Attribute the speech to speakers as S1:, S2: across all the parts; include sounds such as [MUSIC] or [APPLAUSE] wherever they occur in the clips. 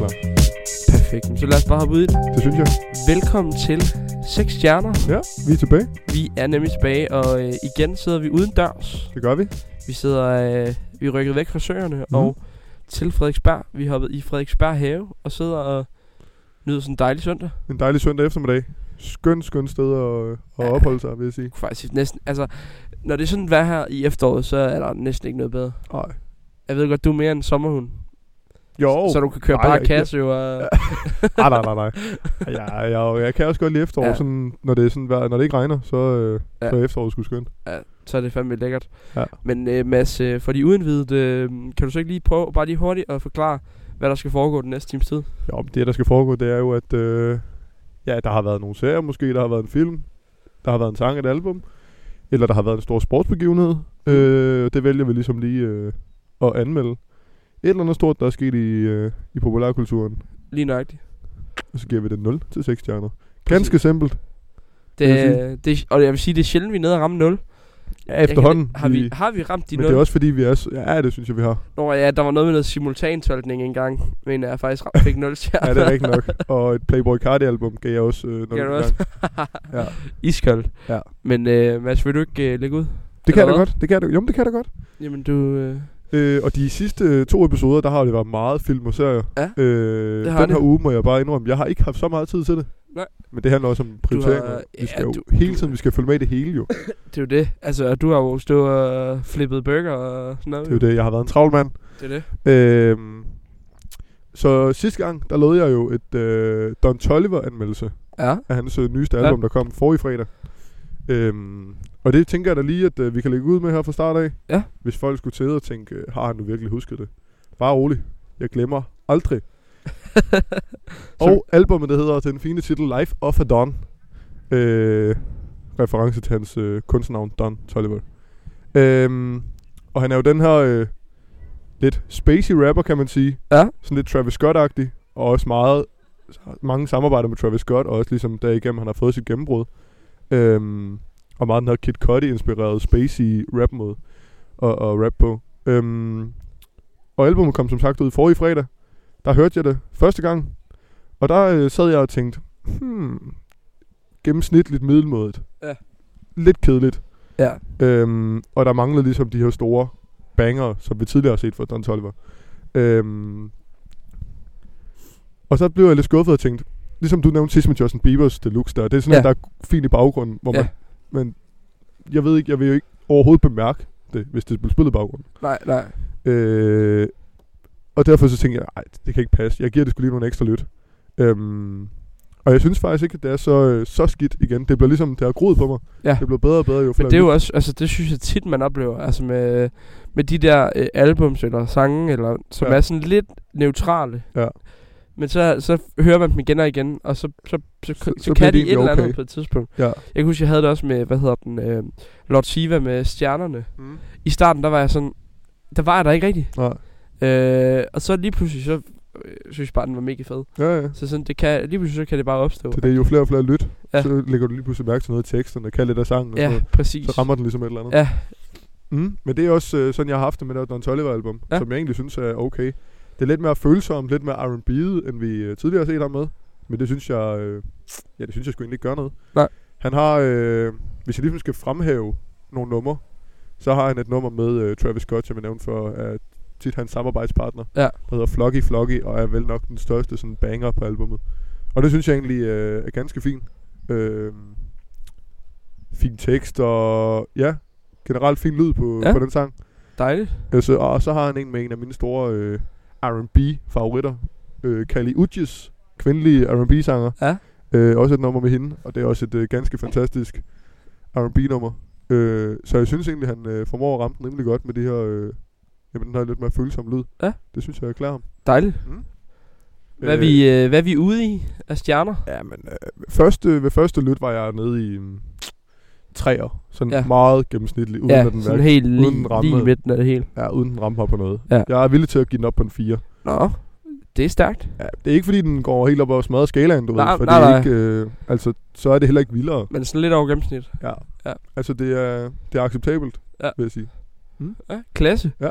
S1: godt.
S2: Perfekt. Så lad os bare hoppe ud i det.
S1: Det synes jeg.
S2: Velkommen til 6 stjerner.
S1: Ja, vi er tilbage.
S2: Vi er nemlig tilbage, og øh, igen sidder vi uden dørs.
S1: Det gør vi.
S2: Vi sidder, øh, vi er rykket væk fra søerne mm.
S1: Mhm.
S2: og til Frederiksberg. Vi er hoppet i Frederiksberg have og sidder og nyder sådan en dejlig søndag.
S1: En dejlig søndag eftermiddag. Skøn, skøn sted at, at
S2: Ja.
S1: opholde sig, vil jeg sige.
S2: Jeg kunne faktisk sige næsten, altså, når det er sådan vejr her i efteråret, så er der næsten ikke noget bedre.
S1: Nej.
S2: Jeg ved godt, du er mere en sommerhund,
S1: Jo. [LAUGHS]
S2: oh. så du kan køre
S1: Nej,
S2: bare
S1: jeg-
S2: kasse
S1: [LAUGHS]
S2: jo. Og,
S1: Ej, nej, nej, nej. Jeg, jeg, jeg kan også godt lide efterår,
S2: Ja.
S1: ja. sådan, når, det er sådan, vejr- når det ikke regner, så, øh,
S2: Ja.
S1: ja. så er efteråret sgu skønt.
S2: ja, så er det fandme lækkert.
S1: Ja.
S2: Men øh, Mads, øh, for de uindvidede, øh, kan du så ikke lige prøve bare lige hurtigt at forklare, hvad der skal foregå den næste times tid?
S1: Jo, men det der skal foregå, det er jo, at øh, ja, der har været nogle serier måske, der har været en film, der har været en sang, et album, eller der har været en stor sportsbegivenhed.
S2: Mm.
S1: Øh, det vælger vi ligesom lige øh, at anmelde. Et eller andet stort, der er sket i, øh, i populærkulturen,
S2: Lige nøjagtigt.
S1: og så giver vi det 0 til 6 stjerner. Ganske simpelt. vil
S2: Det,
S1: jeg
S2: øh, det, og jeg vil sige, det er sjældent, vi er nede og ramme 0.
S1: Ja, efterhånden.
S2: Har vi, har vi ramt de
S1: men det er
S2: 0?
S1: også fordi, vi er... s- Ja, det synes jeg, vi har.
S2: Nå ja, der var noget med noget simultantolkning engang, men jeg faktisk ram- fik 0 stjerner.
S1: Ja, det er rigtigt nok. Og et Playboy Cardi-album gav jeg også øh,
S2: Gav du
S1: nogle
S2: også?
S1: gange. Ja.
S2: [LAUGHS] Iskoldt.
S1: Ja.
S2: Men øh, Mads, vil du ikke øh, lægge ud?
S1: Det kan jeg da
S2: Eller
S1: godt. Det kan jeg da, jo, men det kan jeg da godt.
S2: Jamen du... Øh,
S1: Øh, og de sidste øh, to episoder, der har det været meget film og serier.
S2: Ja,
S1: øh,
S2: det
S1: den
S2: har det.
S1: her uge må jeg bare indrømme, jeg har ikke haft så meget tid til det.
S2: Nej.
S1: Men det handler også om prioriteringer.
S2: har- ja,
S1: vi skal jo
S2: du-
S1: hele
S2: du-
S1: tiden, vi skal følge med i det hele jo. Det
S2: det er jo det. Altså, og du har jo stået og flippet burger og sådan noget.
S1: er jo det, jeg har været en travl mand.
S2: Det er det.
S1: Øh, så sidste gang, der lovede jeg jo et øh, Don Toliver-anmeldelse
S2: Ja.
S1: af hans øh, nyeste
S2: Ja.
S1: album, der kom forrige fredag. Øhm, og det tænker jeg da lige, at øh, vi kan lægge ud med her fra start af.
S2: Ja.
S1: Hvis folk skulle til og tænke, øh, har han nu virkelig husket det? Bare rolig. Jeg glemmer
S2: [LAUGHS]
S1: aldrig. og albumet, der hedder den fine titel Life of a Don. Øh, reference til hans øh, kunstnavn Don Tolliver. Øhm, og han er jo den her øh, lidt spacey rapper, kan man sige.
S2: Ja.
S1: Sådan lidt Travis Scott-agtig. Og også meget, mange samarbejder med Travis Scott, og også ligesom derigennem, han har fået sit gennembrud. Øhm, og meget den her Kid Cudi-inspirerede spacey rap-måde og, og rap på. Øhm, og albumet kom som sagt ud forrige fredag. Der hørte jeg det første gang. Og der øh, sad jeg og tænkte, hmm, gennemsnitligt middelmådet.
S2: Ja.
S1: Lidt kedeligt.
S2: Ja.
S1: Øhm, og der manglede ligesom de her store banger, som vi tidligere har set fra Don Tolliver. Øhm, og så blev jeg lidt skuffet og tænkte, ligesom du nævnte sidst med Justin Bieber's Deluxe der, det er sådan
S2: Ja.
S1: ja. der er fint i baggrunden, hvor
S2: Ja.
S1: man, men jeg ved ikke, jeg vil jo ikke overhovedet bemærke det, hvis det blev spillet i baggrunden.
S2: Nej, nej.
S1: Øh, og derfor så tænkte jeg, nej, det kan ikke passe. Jeg giver det skulle lige nogle ekstra lyt. Øhm, og jeg synes faktisk ikke, at det er så, øh, så skidt igen. Det bliver ligesom, det har groet på mig.
S2: Ja.
S1: Det bliver bedre og bedre jo
S2: Men
S1: flere
S2: det er
S1: lyt.
S2: jo også, altså det synes jeg tit, man oplever, altså med, med de der øh, albums eller sange, eller, som ja.
S1: Ja.
S2: er sådan lidt neutrale.
S1: Ja.
S2: Men så, så hører man dem igen og igen, og så, så, så, så, så
S1: så
S2: kan
S1: bliver
S2: de
S1: de
S2: et eller
S1: egentlig
S2: andet
S1: okay.
S2: på et tidspunkt.
S1: Ja.
S2: Jeg kan huske, jeg havde det også med, hvad hedder den, øh, Lord Siva med stjernerne.
S1: Mm.
S2: I starten, der var jeg sådan, der var jeg der ikke rigtigt.
S1: Nej.
S2: Øh, og så lige pludselig, så øh, synes jeg bare, den var mega fed.
S1: Ja, ja.
S2: Så sådan, det kan, lige pludselig så kan det bare opstå.
S1: Så det er jo flere og flere lyt.
S2: Ja.
S1: Ja. Så lægger du lige pludselig mærke til noget i teksten og kan lidt af sangen. Og sådan
S2: Ja,
S1: noget.
S2: præcis.
S1: Så rammer den ligesom et eller andet.
S2: Ja.
S1: Mm. Men det er også øh, sådan, jeg har haft det med det her Don Toliver album,
S2: Ja.
S1: ja. som jeg egentlig synes er okay. Det er lidt mere følsomt, lidt mere R&B'et, end vi øh, tidligere har set ham med. Men det synes jeg, øh, ja, det synes jeg sgu egentlig ikke gør noget.
S2: Nej.
S1: Han har, øh, hvis jeg ligesom skal fremhæve nogle numre, så har han et nummer med øh, Travis Scott, som jeg nævnte for, er tit hans samarbejdspartner,
S2: Ja.
S1: der hedder Flocky Flocky, og er vel nok den største sådan banger på albumet. Og det synes jeg egentlig øh, er ganske fint. Øh, fin tekst, og ja, generelt fin lyd på,
S2: Ja.
S1: ja. på den sang.
S2: Dejligt.
S1: Altså, og så har han en med en af mine store øh, R&B-favoritter, øh, Kali Uchis, kvindelige R&B-sanger.
S2: Ja.
S1: Øh, også et nummer med hende, og det er også et øh, ganske fantastisk R&B-nummer. Øh, så jeg synes egentlig, han øh, formår at ramme den rimelig godt med det her, øh, jamen, den her lidt mere følsomme lyd.
S2: Ja.
S1: Det synes jeg, jeg klæder ham.
S2: Dejligt.
S1: Mm.
S2: Hvad, øh, vi, øh, hvad vi er ude i af stjerner?
S1: Ja, men øh, første, ved første lyt var jeg nede i mm, træer. Sådan
S2: Ja.
S1: ja. meget gennemsnitlig, uden
S2: ja,
S1: ja, at den
S2: sådan
S1: hverken-
S2: helt
S1: uden
S2: lige,
S1: ramme.
S2: lige i midten af det hele.
S1: ja, uden den rammer mig på noget.
S2: Ja.
S1: Jeg er villig til at give den op på en 4.
S2: Nå, det er stærkt.
S1: Ja, det er ikke fordi, den går helt op og smadrer skalaen, du
S2: Nej,
S1: ved. Fordi
S2: nej, nej.
S1: Ikke, øh, altså, så er det heller ikke vildere.
S2: Men sådan lidt over gennemsnit.
S1: Ja.
S2: Ja.
S1: Altså, det er, det er acceptabelt,
S2: Ja.
S1: vil jeg sige. Mm.
S2: Ja, klasse.
S1: Ja.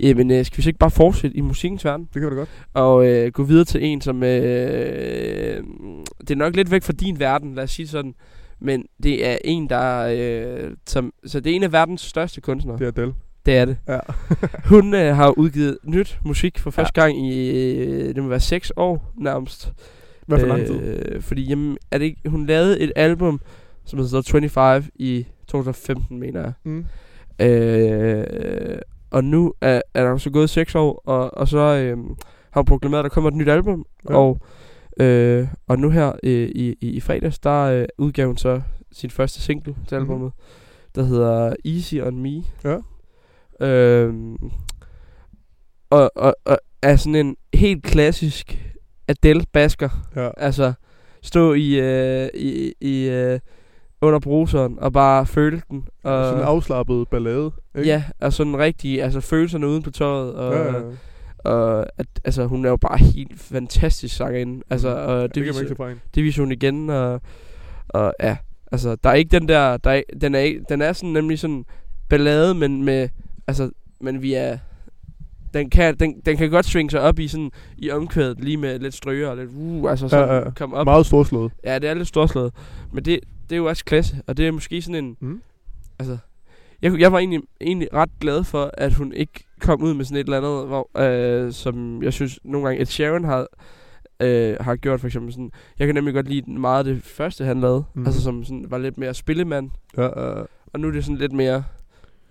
S2: Jamen, øh, skal vi så ikke bare fortsætte i musikkens verden?
S1: Det kan vi da godt.
S2: Og øh, gå videre til en, som... Øh, det er nok lidt væk fra din verden, lad os sige sådan. Men det er en, der... Øh, som, så det er en af verdens største kunstnere.
S1: Det er Adele.
S2: Det er det.
S1: Ja.
S2: Hun øh, har udgivet nyt musik for første ja. gang i... Øh, det må være 6 år nærmest.
S1: I hvert fald lang tid.
S2: Øh, fordi, jamen, er det ikke, hun lavede et album, som hedder 25 i 2015, mener jeg.
S1: Mm.
S2: Øh, og nu er, er der jo så gået 6 år, og, og så øh, har hun proklameret, at der kommer et nyt album.
S1: Ja.
S2: Ja. Og, øh, og nu her øh, i, i, i fredags, der øh, udgav hun så sin første single til
S1: Mhm.
S2: albumet, der hedder Easy On Me.
S1: Ja.
S2: Øh, og, og, og er sådan en helt klassisk Adele-basker.
S1: Ja.
S2: Altså, stå i, øh, i, i øh, under bruseren og bare føle den. Og,
S1: Altså, Sådan en afslappet ballade. Ikke?
S2: Ja, og sådan rigtig, altså følelserne uden på tøjet, og,
S1: Ja, ja, ja.
S2: ja. og at, altså, hun er jo bare helt fantastisk sangerinde, altså,
S1: Mm.
S2: og det,
S1: det kan man
S2: viser,
S1: ikke se fra en.
S2: det viser hun igen, og, og ja, altså, der er ikke den der, der er, den, er, ikke- den er sådan nemlig sådan ballade, men med, altså, men vi er, den kan, den, den kan godt svinge sig op i sådan, i omkvædet, lige med lidt strøger og lidt, uh, altså sådan, ja, ja. kom op.
S1: Meget storslået.
S2: Ja, det er lidt storslået. Men det, det er jo også klasse, og det er måske sådan en...
S1: Mm.
S2: Mm. Altså, jeg, kunne- jeg var egentlig, egentlig ret glad for, at hun ikke kom ud med sådan et eller andet, hvor, øh, som jeg synes nogle gange, at Sharon har, øh, har gjort for eksempel sådan... Jeg kan nemlig godt lide meget af det første, han lavede,
S1: Mhm.
S2: mm. altså som sådan, var lidt mere spillemand,
S1: Ja, ja.
S2: og nu er det sådan lidt mere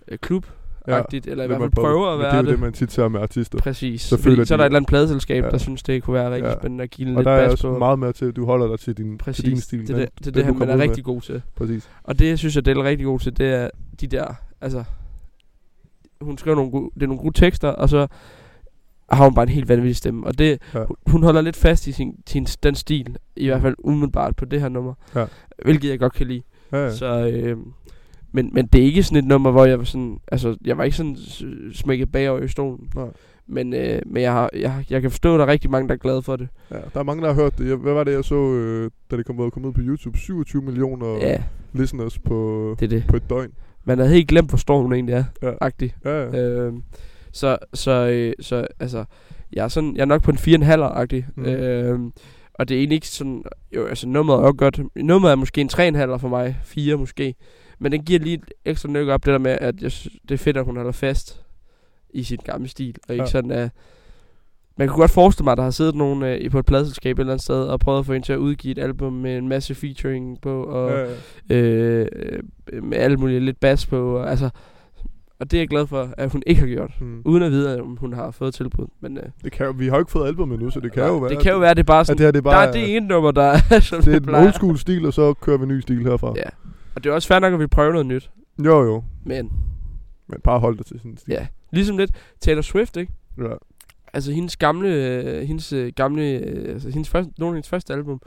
S2: øh, klub
S1: ja.
S2: agtigt eller i
S1: Lidt
S2: hvert fald
S1: mere bold.
S2: prøver at
S1: Men
S2: være
S1: det. er jo
S2: det.
S1: det, man tit ser med artister.
S2: Præcis.
S1: Så
S2: Så,
S1: føler
S2: Fordi, så er
S1: de-
S2: der et eller andet pladeselskab,
S1: Ja.
S2: der synes, det kunne være rigtig
S1: Ja.
S2: ja. spændende at give den
S1: Og
S2: lidt
S1: der er
S2: bas
S1: også
S2: på.
S1: meget mere til, at du holder dig til din, til din
S2: Præcis.
S1: stil.
S2: Det er
S1: den-
S2: det, det, er
S1: den,
S2: det
S1: du
S2: han, man
S1: kommer
S2: er
S1: ud med.
S2: rigtig god til.
S1: Præcis.
S2: Og det, jeg synes, Adele er rigtig god til, det er de der, altså, hun skriver nogle, gode, det er nogle gode tekster, og så har hun bare en helt vanvittig stemme. Og det,
S1: Ja.
S2: ja. hun holder lidt fast i sin, sin, den stil, i hvert fald umiddelbart på det her nummer.
S1: Ja.
S2: Hvilket jeg godt kan lide.
S1: Ja,
S2: Ja.
S1: ja.
S2: Så, øh, men, men det er ikke sådan et nummer, hvor jeg var sådan, altså, jeg var ikke sådan s- smækket bagover i stolen.
S1: Nej.
S2: Men, øh, men jeg, har, jeg, har- jeg kan forstå, at der er rigtig mange, der er glade for det.
S1: ja. Der er mange, der har hørt det. Jeg, hvad var det, jeg så, øh, da det kom ud, kom ud på YouTube? 27 millioner
S2: Ja,
S1: listeners på,
S2: det er det.
S1: på et døgn.
S2: Man havde helt glemt, hvor stor hun egentlig er.
S1: Ja.
S2: Agtig.
S1: Ja, ja.
S2: Øhm, så, så, øh, så altså, jeg er, sådan, jeg er nok på en 4,5-agtig.
S1: Mm.
S2: Mm. Øhm, og det er egentlig ikke sådan... Jo, altså nummeret er også godt. Nummeret er måske en 3,5 for mig. 4 måske. Men den giver lige et ekstra nykke op, det der med, at jeg synes, det er fedt, at hun holder fast i sin gamle stil. Og ikke
S1: Ja.
S2: ja. sådan, at... Man kan godt forestille mig, at der har siddet nogen øh, i- på et pladselskab et eller andet sted, og prøvet at få hende til at udgive et album med en masse featuring på, og
S1: ja, ja.
S2: øh, øh, med alle mulige lidt bas på. Og, altså, og det er jeg glad for, at hun ikke har gjort.
S1: Mm.
S2: Uden at vide, om hun har fået tilbud. Men, øh,
S1: Det kan, jo- vi har jo ikke fået album endnu, så det kan
S2: nej,
S1: jo være.
S2: det kan jo være, det er bare
S1: at
S2: sådan...
S1: det her det er bare
S2: der er det ene nummer, der [LAUGHS] er, som
S1: det er
S2: plejer.
S1: en old school stil, og så kører vi en ny stil herfra.
S2: Ja. Og det er også fair nok, at vi prøver noget nyt.
S1: Jo, jo.
S2: Men
S1: Men bare hold dig til sin stil.
S2: Ja. ligesom lidt Taylor Swift, ikke?
S1: Ja.
S2: Altså hendes gamle... Øh, hendes øh, gamle... Øh, altså hendes første, nogle af hendes første album.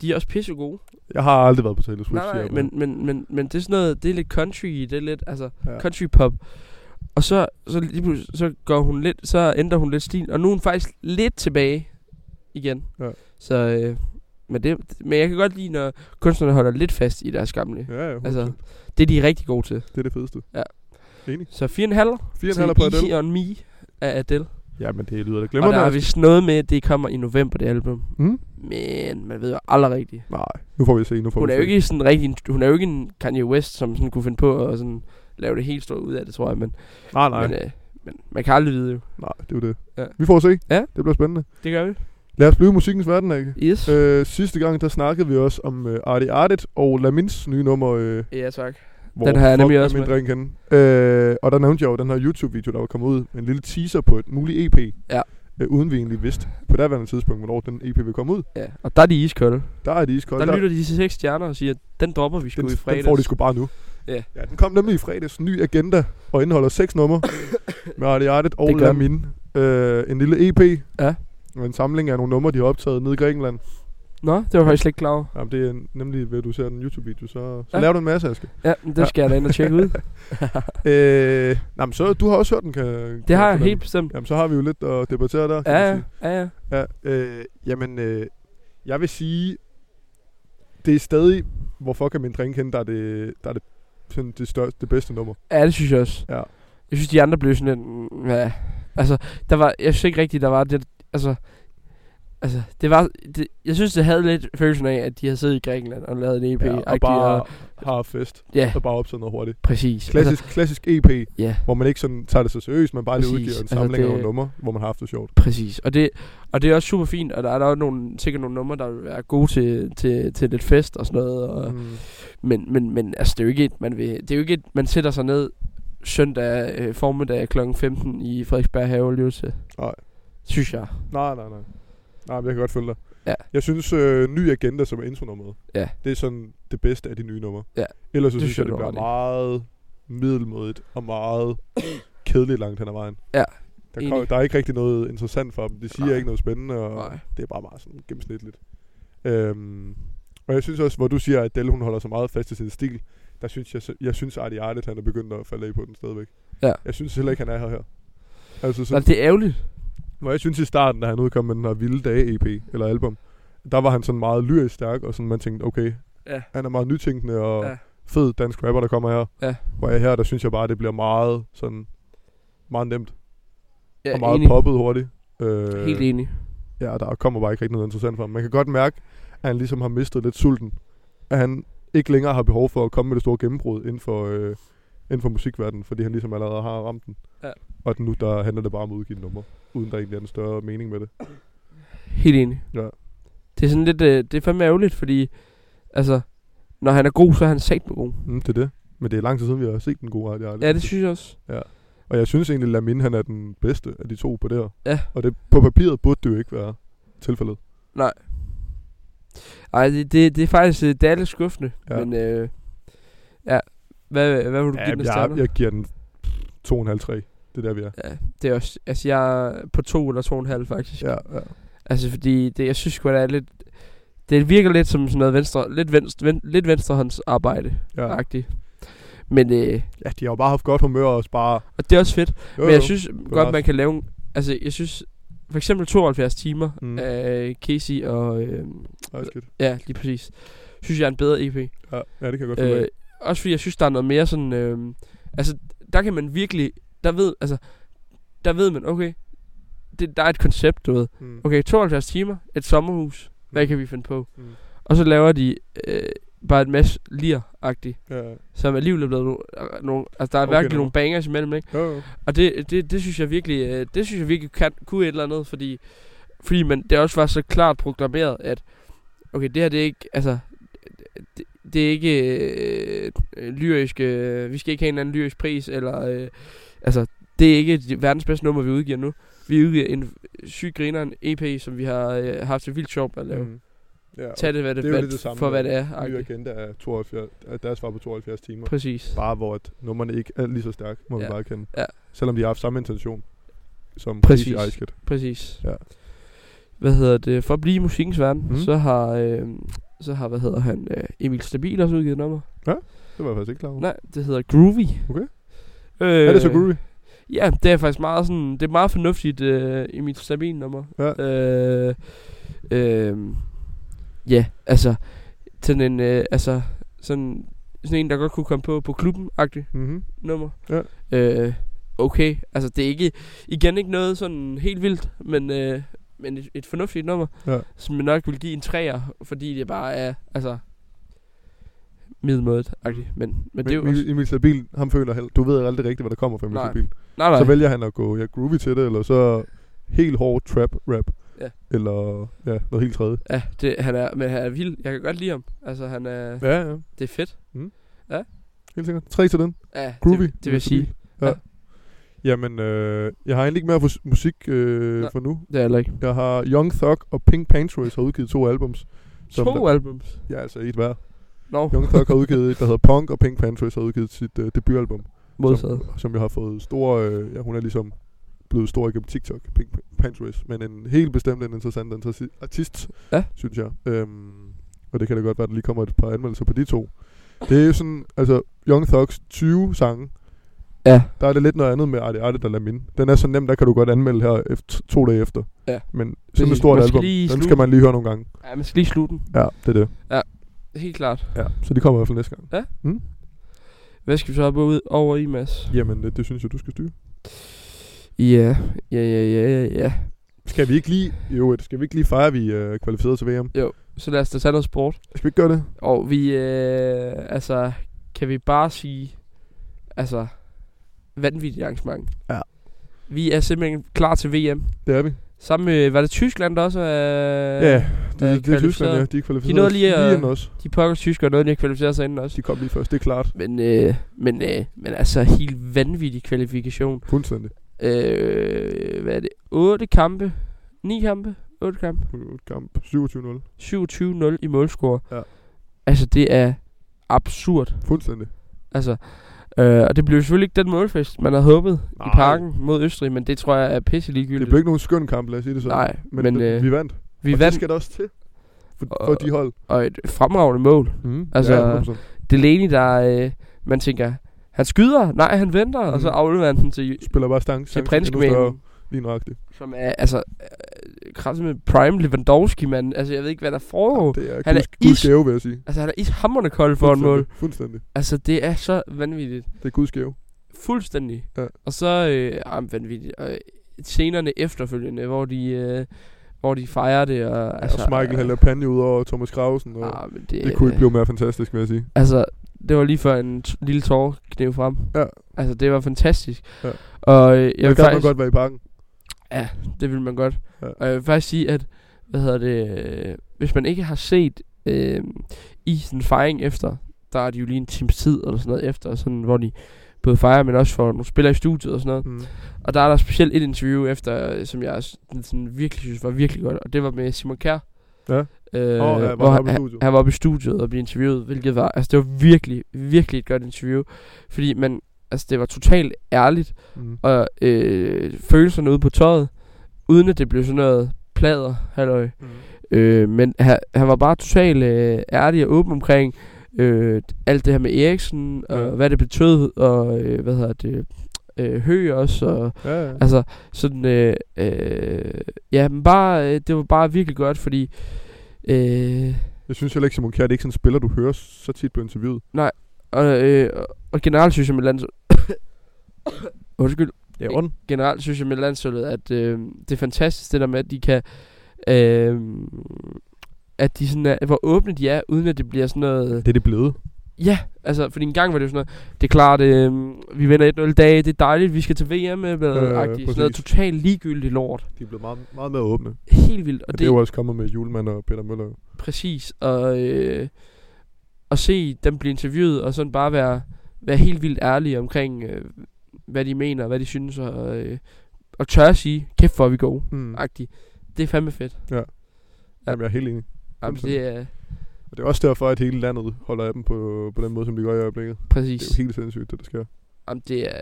S2: De er også pisse gode.
S1: Jeg har aldrig været på Taylor Swift.
S2: Nej, nej, men, men, men, men det er sådan noget... Det er lidt country, det er lidt... Altså,
S1: Ja.
S2: country pop. Og så, så, lige pludselig- så går hun lidt, så ændrer hun lidt stil, og nu er hun faktisk lidt tilbage igen.
S1: Ja.
S2: Så, øh, men, det, men jeg kan godt lide, når kunstnerne holder lidt fast i deres gamle.
S1: Ja, ja, altså.
S2: Altså, det er de rigtig gode til.
S1: Det er det fedeste.
S2: Ja.
S1: Enig.
S2: Så 4,5
S1: Fire og en halv på
S2: til Easy
S1: Adele.
S2: on Me af Adele.
S1: Jamen, det lyder da altså.
S2: Og der er
S1: glemmer
S2: vist noget med, at det kommer i november, det album.
S1: Mm?
S2: Men man ved jo aldrig rigtigt.
S1: Nej, nu får vi se. Nu får
S2: Hun
S1: vi
S2: er jo
S1: se.
S2: ikke sådan rigtig, en- hun er jo ikke en Kanye West, som sådan kunne finde på at sådan lave det helt stort ud af det, tror jeg. Men,
S1: Nej, nej.
S2: men, øh, men man kan aldrig vide jo.
S1: Nej, det er jo det.
S2: Ja.
S1: Vi får se.
S2: Ja.
S1: Det bliver spændende.
S2: Det gør vi.
S1: Lad os blive i musikkens verden, ikke?
S2: Yes.
S1: Øh, sidste gang, der snakkede vi også om øh, Artie Artet og Lamins nye nummer, øh,
S2: Ja, tak.
S1: hvor
S2: Den har jeg
S1: fuck
S2: nemlig
S1: er
S2: også
S1: min
S2: med.
S1: drink henne. Øh, og der nævnte jeg jo den her YouTube-video, der var kommet ud med en lille teaser på et muligt EP.
S2: Ja.
S1: Øh, uden vi egentlig vidste på daværende tidspunkt, hvornår den EP ville komme ud.
S2: Ja. Og der er de iskolde.
S1: Der er de iskolde.
S2: Der, der lytter de til seks stjerner og siger, den dropper vi sgu
S1: den,
S2: i fredags.
S1: den får de sgu bare nu.
S2: Ja.
S1: ja. Den kom nemlig i fredags. Ny agenda og indeholder seks numre
S2: [COUGHS]
S1: med Artie Artet og
S2: Det gør den.
S1: Lamin. Øh, en lille EP.
S2: Ja.
S1: Og en samling af nogle numre, de har optaget nede i Grækenland.
S2: Nå, det var jeg faktisk slet ikke klar over.
S1: Jamen, det er nemlig, ved at du ser den YouTube-video, så, så ja.
S2: Ja.
S1: laver du en masse, Aske.
S2: Ja, men det skal jeg da ind og tjekke
S1: [LAUGHS]
S2: ud.
S1: Øh, nej, men så, du har også hørt den, kan kan
S2: Det har jeg
S1: fornemme.
S2: helt bestemt.
S1: Jamen, så har vi jo lidt at debattere der. kan
S2: Ja,
S1: man
S2: ja,
S1: sige.
S2: ja, ja.
S1: ja øh, jamen, øh, jeg vil sige, det er stadig, hvorfor kan min drink hende, der er det, der er det, sådan det, største, det bedste nummer.
S2: Ja, det synes jeg også.
S1: Ja.
S2: Jeg synes, de andre blev sådan lidt... mm, Ja. Altså, der var, jeg synes ikke rigtigt, der var det... Altså, altså det var... Det, jeg synes, det havde lidt følelsen af, at de havde siddet i Grækenland og lavet en E EP.
S1: Ja, og bare har fest.
S2: Ja,
S1: Og bare optager noget hurtigt.
S2: præcis. Altså,
S1: Klassisk, klassisk EP,
S2: ja,
S1: hvor man ikke sådan tager det så seriøst, man bare lige
S2: Præcis.
S1: udgiver en
S2: Altså,
S1: samling af
S2: det-
S1: nogle numre, hvor man har haft det sjovt.
S2: præcis. Og det, og det er også super fint, og der er der også nogle, sikkert nogle numre, der vil være gode til, til, til lidt fest og sådan noget. Og,
S1: Mm.
S2: Men, men, men altså, det er jo ikke et, man vil, det er jo ikke et, man sætter sig ned søndag øh, formiddag kl. 15 i Frederiksberg Have og lytter til.
S1: Nej.
S2: Synes jeg.
S1: Nej, nej, nej. Nej, men jeg kan godt følge dig.
S2: Ja.
S1: Jeg synes, øh, Ny Agenda, som er intronummeret,
S2: Ja.
S1: det er sådan det bedste af de nye numre.
S2: Ja.
S1: Ellers så
S2: Det
S1: synes jeg,
S2: synes
S1: det
S2: jeg, du
S1: bliver
S2: har
S1: meget middelmodigt og meget kedeligt langt hen ad vejen.
S2: Ja.
S1: Der, kom,
S2: Enig.
S1: der er ikke rigtig noget interessant for dem. De siger
S2: Nej.
S1: nej. ikke noget spændende, og
S2: Nej.
S1: det er bare meget sådan gennemsnitligt. Øhm, og jeg synes også, hvor du siger, at Dell hun holder så meget fast i sin stil, der synes jeg, jeg synes, Artie Arlet, han er begyndt at falde af på den stadigvæk.
S2: Ja.
S1: Jeg synes heller ikke, han er her her. Altså, sådan,
S2: Nej, det er ærgerligt.
S1: hvor jeg synes i starten, da han udkom med den her Vilde Dage EP, eller album, der var han sådan meget lyrisk stærk, og sådan man tænkte, okay,
S2: Ja.
S1: han er meget nytænkende og
S2: Ja.
S1: ja. fed dansk rapper, der kommer her.
S2: Ja.
S1: Hvor jeg her, der synes jeg bare, det bliver meget sådan, meget nemt
S2: Jeg
S1: og meget
S2: enig.
S1: poppet hurtigt. Øh,
S2: Helt enig.
S1: ja, der kommer bare ikke rigtig noget interessant for ham. Man kan godt mærke, at han ligesom har mistet lidt sulten. At han ikke længere har behov for at komme med det store gennembrud inden for, øh, inden for musikverdenen, fordi han ligesom allerede har ramt den.
S2: Ja.
S1: Og at nu der handler det bare om at udgive nummer, uden der egentlig er en større mening med det.
S2: Helt enig.
S1: Ja.
S2: Det er sådan lidt, øh, det er fandme ærgerligt, fordi, altså, når han er god, så er han sagt med god.
S1: Mm, det er det. Men det er lang tid siden, vi har set den gode Artie Arlet.
S2: Ja, det synes jeg også.
S1: Og jeg synes egentlig, Lamin han er den bedste af de to på det her.
S2: Ja.
S1: Og det, på papiret burde det jo ikke være tilfældet.
S2: Ej, det, det, det er faktisk, øh, det er lidt skuffende, ja.
S1: Ja.
S2: men, øh, ja, hvad, hvad vil du ja, give den af
S1: jeg,
S2: stjerner?
S1: jeg giver den 2,5-3. Det er der, vi er.
S2: Ja, det er også, altså jeg er på to eller to og en halv faktisk.
S1: Ja, ja.
S2: Altså fordi det, jeg synes sgu, det er lidt... Det virker lidt som sådan noget venstre, lidt, venstre, ven, lidt venstrehåndsarbejde
S1: ja.
S2: agtigt Men øh,
S1: ja de har jo bare haft godt humør og også bare...
S2: og det er også fedt.
S1: Jo,
S2: Men jeg
S1: jo.
S2: synes godt,
S1: rart.
S2: man kan lave... en- Altså jeg synes for eksempel 72 timer
S1: Mm.
S2: mm. af Casey og... Øh,
S1: Ej, skidt.
S2: ja, lige præcis. Synes jeg er en bedre EP.
S1: Ja, ja, det kan jeg godt følge.
S2: Øh,
S1: Øh,
S2: også fordi jeg synes, der er noget mere sådan... Øh, altså, der kan man virkelig... Der ved, altså, der ved man, okay, det, der er et koncept, du ved.
S1: mm.
S2: Øh, Okay, 72 timer, et sommerhus. Hvad
S1: Mm.
S2: kan vi finde på?
S1: Mm.
S2: Og så laver de øh, bare et masse lir-agtigt,
S1: Ja, ja.
S2: som alligevel er blevet no- nogle... Altså, der er
S1: Okay,
S2: okay, virkelig
S1: nå.
S2: nogle bangers imellem, ikke?
S1: Jo, jo.
S2: Og det, det, det synes jeg virkelig, øh, det synes jeg virkelig kan, kunne et eller andet, fordi, fordi man, det også var så klart proklameret, at okay, det her det er ikke, altså, det, det er ikke øh, øh, lyrisk, øh, vi skal ikke have en anden lyrisk pris, eller, øh, altså, det er ikke de- verdens bedste nummer, vi udgiver nu. Vi udgiver en syg grineren EP, som vi har øh, haft det vildt sjovt at lave. Mm.
S1: Mm. Ja, og
S2: Tag det, hvad det,
S1: det er jo
S2: det, hvad,
S1: lidt det
S2: det
S1: samme
S2: for, hvad
S1: med
S2: det er.
S1: ny
S2: agtigt.
S1: agenda er, 72, er deres svar på 72 timer.
S2: Præcis.
S1: Bare hvor at nummerne ikke er lige så stærke, må ja.
S2: Ja.
S1: man bare kende.
S2: Ja.
S1: Selvom de har haft samme intention som
S2: Præcis.
S1: Easy Ice Kid.
S2: Præcis.
S1: Ja.
S2: Hvad hedder det? For at blive i musikkens verden,
S1: Mm.
S2: mm. så har, øh, så har, hvad hedder han, øh, Emil Stabil også udgivet et nummer.
S1: Det var jeg faktisk ikke klar over.
S2: Nej, det hedder Groovy.
S1: Okay.
S2: Øh,
S1: Er det så groovy?
S2: Ja, det er faktisk meget sådan, det er meget fornuftigt øh, Emil Stabil nummer.
S1: Ja.
S2: Øh, øh, ja, altså, sådan en, øh, altså, sådan, sådan en, der godt kunne komme på på klubben-agtig
S1: Mm-hmm.
S2: nummer.
S1: Ja.
S2: Øh, okay, altså det er ikke, igen ikke noget sådan helt vildt, men, øh, men et, et fornuftigt nummer,
S1: Ja.
S2: som jeg nok vil give en træer, fordi det bare er, altså, middelmådet agtigt men, men, men det er jo også,
S1: Emil, Emil Stabil, ham føler heller, du ved aldrig rigtigt, hvad der kommer fra Emil
S2: Nej,
S1: Stabil.
S2: nej, nej,
S1: Så vælger han at gå ja, groovy til det, eller så helt hård trap rap.
S2: Ja.
S1: Eller ja, noget helt tredje.
S2: ja, det, han er, men han er vild, jeg kan godt lide ham, altså han er,
S1: Ja, ja.
S2: det er fedt,
S1: Helt sikkert. Tre til den.
S2: ja,
S1: Groovy.
S2: det, det vil
S1: Emil
S2: jeg sige,
S1: Stabil. Ja.
S2: Ja.
S1: ja. Jamen, øh, jeg har egentlig ikke mere for musik øh,
S2: Nej.
S1: for nu.
S2: det er heller ikke,
S1: Jeg har Young Thug og Pink Panthers har udgivet to albums. Som
S2: to
S1: der-
S2: albums,
S1: Ja, altså et hver.
S2: nå,
S1: Young Thug har udgivet et, der hedder Punk, og Pink Panthers har udgivet sit øh, debutalbum.
S2: modtaget,
S1: Som, som jeg har fået stor... Øh, ja, hun er ligesom blevet stor igennem TikTok, Pink Panthers, men en helt bestemt en interessant intersi- artist,
S2: Ja.
S1: synes jeg. Øhm, og det kan da godt være, at der lige kommer et par anmeldelser på de to. Det er jo sådan, altså Young Thugs 20 sange,
S2: ja,
S1: der er det lidt noget andet med Arte Arte der Lamin. Den er så nem, der kan du godt anmelde her efter, to dage efter.
S2: Ja.
S1: Men sådan
S2: Præcis.
S1: et stort
S2: Man skal
S1: album,
S2: lige
S1: den
S2: sluge-
S1: skal man lige høre nogle gange.
S2: ja, man skal lige slutte den,
S1: Ja, det er det.
S2: helt klart,
S1: Ja. Så de kommer i hvert fald næste gang.
S2: Ja.
S1: Mm?
S2: Hvad skal vi så op ud over i, Mads?
S1: Jamen, øh, det, det synes jeg, du skal styre.
S2: Ja, ja, ja, ja, ja, ja.
S1: Skal vi ikke lige, jo, øh, skal vi ikke lige fejre, at vi er øh, kvalificeret til VM?
S2: Så lad os da tage noget sport.
S1: Skal vi ikke gøre det?
S2: Og vi, øh, altså, kan vi bare sige, altså, vanvittigt arrangement.
S1: Ja.
S2: Vi er simpelthen klar til VM.
S1: Det er vi.
S2: Sammen med, var det Tyskland, der også øh, er...
S1: ja, det,
S2: er
S1: det, det er Tyskland,
S2: kvalificeret.
S1: ja. De er kvalificeret.
S2: De nåede lige at-
S1: lige inden os.
S2: De pokker tyskere noget, de har kvalificeret sig inden også.
S1: De kom lige først, det er klart.
S2: Men, øh, men, øh, men altså, helt vanvittig kvalifikation.
S1: Fuldstændig.
S2: Øh, hvad er det? 8 kampe? 9 kampe? 8 kampe?
S1: Kamp 27-0.
S2: 27-0 i målscore.
S1: Ja.
S2: Altså, det er absurd.
S1: Fuldstændig.
S2: Altså, øh, og det blev selvfølgelig ikke den målfest, man havde håbet Nej. i
S1: Nej.
S2: parken mod Østrig, men det tror jeg er pisse
S1: Det
S2: ligegyldigt.
S1: blev ikke nogen skøn kamp, lad os sige det sådan.
S2: Nej,
S1: men,
S2: men,
S1: men
S2: øh,
S1: vi vandt. og
S2: Vi
S1: det
S2: vandt,
S1: skal der også til. For,
S2: Og-
S1: for de hold.
S2: og et fremragende mål.
S1: Mm.
S2: altså-
S1: ja, 100%.
S2: Delaney, der, øh, man tænker, han skyder, nej, han venter, mm. og så
S1: Mhm.
S2: afleverer han den til,
S1: spiller bare stang.
S2: til
S1: chancen endnu større,
S2: prinsgemalen.
S1: Lige nøjagtigt.
S2: som er, altså, kraftigt med Prime Lewandowski, mand. Altså, jeg ved ikke, hvad der foregår.
S1: det er
S2: han er
S1: guds, guds
S2: is-
S1: gave, vil jeg sige.
S2: Altså, han er ishammerende kold for en mål.
S1: Fuldstændig. Fuldstændig.
S2: Altså, det er så vanvittigt.
S1: Det er guds gave.
S2: Fuldstændig.
S1: Ja.
S2: Og så, øh, ah, vanvittigt. Og scenerne efterfølgende, hvor de, øh, hvor de fejrer det, og
S1: Altså,
S2: altså...
S1: og Michael hælder pande ud over Thomas Krausen. Og
S2: ah, men det,
S1: det kunne ikke blive mere fantastisk, vil jeg sige.
S2: Altså, det var lige før en t- lille tårer knev frem.
S1: Ja.
S2: Altså, det var fantastisk.
S1: Ja.
S2: Og øh, jeg
S1: Jeg
S2: vil
S1: kan faktisk...
S2: faktisk...
S1: godt være i parken.
S2: Det vil man godt.
S1: Ja.
S2: Ja. Og jeg vil faktisk sige, at hvad hedder det, øh, hvis man ikke har set øh, i sådan en fejring efter, der er de jo lige en times tid eller sådan noget efter, sådan, hvor de både fejrer, men også får nogle spillere i studiet og sådan noget.
S1: Mm.
S2: Og der er der specielt et interview efter, øh, som jeg sådan, sådan virkelig synes var virkelig godt, og det var med Simon Kjær.
S1: Ja.
S2: Øh,
S1: Åh, ja, hvor
S2: hvor
S1: han
S2: han,
S1: var i
S2: han,
S1: studiet.
S2: han var oppe i studiet og blev interviewet, hvilket var, altså det var virkelig, virkelig et godt interview, fordi man, altså det var totalt ærligt,
S1: Mm.
S2: og øh, følelserne ude på tøjet, uden at det blev sådan noget plader, halløj.
S1: Mm.
S2: Øh, men han, han var bare totalt øh, ærlig og åben omkring øh, alt det her med Eriksen, og
S1: Ja.
S2: hvad det betød, og øh, hvad hedder det, øh, Høg også, og
S1: Ja, ja.
S2: altså sådan, øh, øh, ja, men bare, øh, det var bare virkelig godt, fordi, øh,
S1: Jeg synes heller ikke, Simon Kjær, det er ikke sådan en spiller, du hører så tit på interviewet.
S2: og, øh, og generelt synes jeg med landsholdet, [COUGHS] undskyld,
S1: Ja,
S2: Ikke? generelt synes jeg med landsholdet, at øh, det er fantastisk det der med, at de kan, øh, at de sådan er, hvor åbne de er, uden at det bliver sådan noget,
S1: Det er det blevet.
S2: ja, altså, fordi en gang var det jo sådan noget, det er klart, øh, vi vinder 1-0 i dag, det er dejligt, vi skal til VM, øh,
S1: ja,
S2: øh, sådan noget
S1: præcis.
S2: totalt ligegyldigt lort,
S1: De er blevet meget, meget mere åbne. Og
S2: helt vildt, og
S1: det,
S2: det,
S1: det er jo også kommet med Julemand og Peter Møller.
S2: præcis, og øh, at se dem blive interviewet, og sådan bare være, være helt vildt ærlige omkring, øh, hvad de mener, hvad de synes, og, øh, og tør at sige, kæft hvor er vi gode.
S1: Mm.
S2: agtig Det er fandme fedt.
S1: Jamen, jeg er helt enig.
S2: Jamen,
S1: Fuldstændig.
S2: det er
S1: Og det er også derfor, at hele landet holder af dem på, på den måde, som de gør i øjeblikket. Det
S2: præcis.
S1: er
S2: Det
S1: jo
S2: er,
S1: helt sindssygt, det der sker.
S2: Jamen, det er,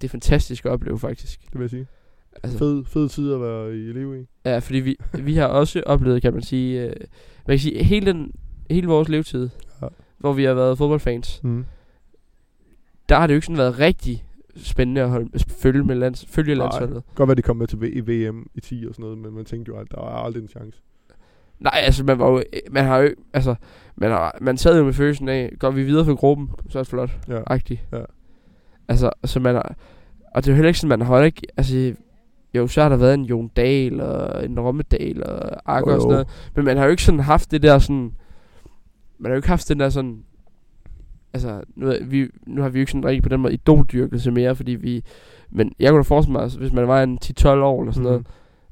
S2: det er fantastisk at opleve, faktisk.
S1: Det vil jeg sige.
S2: Altså,
S1: Fed, fed tid at være i live i.
S2: Ja, fordi vi, vi har også oplevet, kan man sige, øh, man kan sige hele, den, hele vores levetid,
S1: Ja.
S2: ja. hvor vi har været fodboldfans,
S1: Mm.
S2: der har det jo ikke sådan været rigtig spændende at holde, følge, med lands, følge
S1: Nej.
S2: landsholdet.
S1: Godt være, de kom med til V- i VM i 10 og sådan noget, men man tænkte jo, at der er aldrig en chance.
S2: Nej, altså, man var jo, man har jo, altså, man, har, man sad jo med følelsen af, går vi videre for gruppen, så er det flot.
S1: Ja.
S2: agtig
S1: Ja.
S2: Altså, så man har, og det er jo heller ikke sådan, man holder ikke, altså, jo, så har der været en Jon Dahl og en Rommedal og Akker
S1: Jo,
S2: og sådan
S1: jo.
S2: noget, men man har jo ikke sådan haft det der sådan, man har jo ikke haft den der sådan, altså, nu, ved jeg- vi, nu har vi jo ikke sådan rigtig på den måde idoldyrkelse mere, fordi vi, men jeg kunne da forestille mig, altså, hvis man var en 10-12 år eller sådan mm.
S1: Mhm.
S2: noget,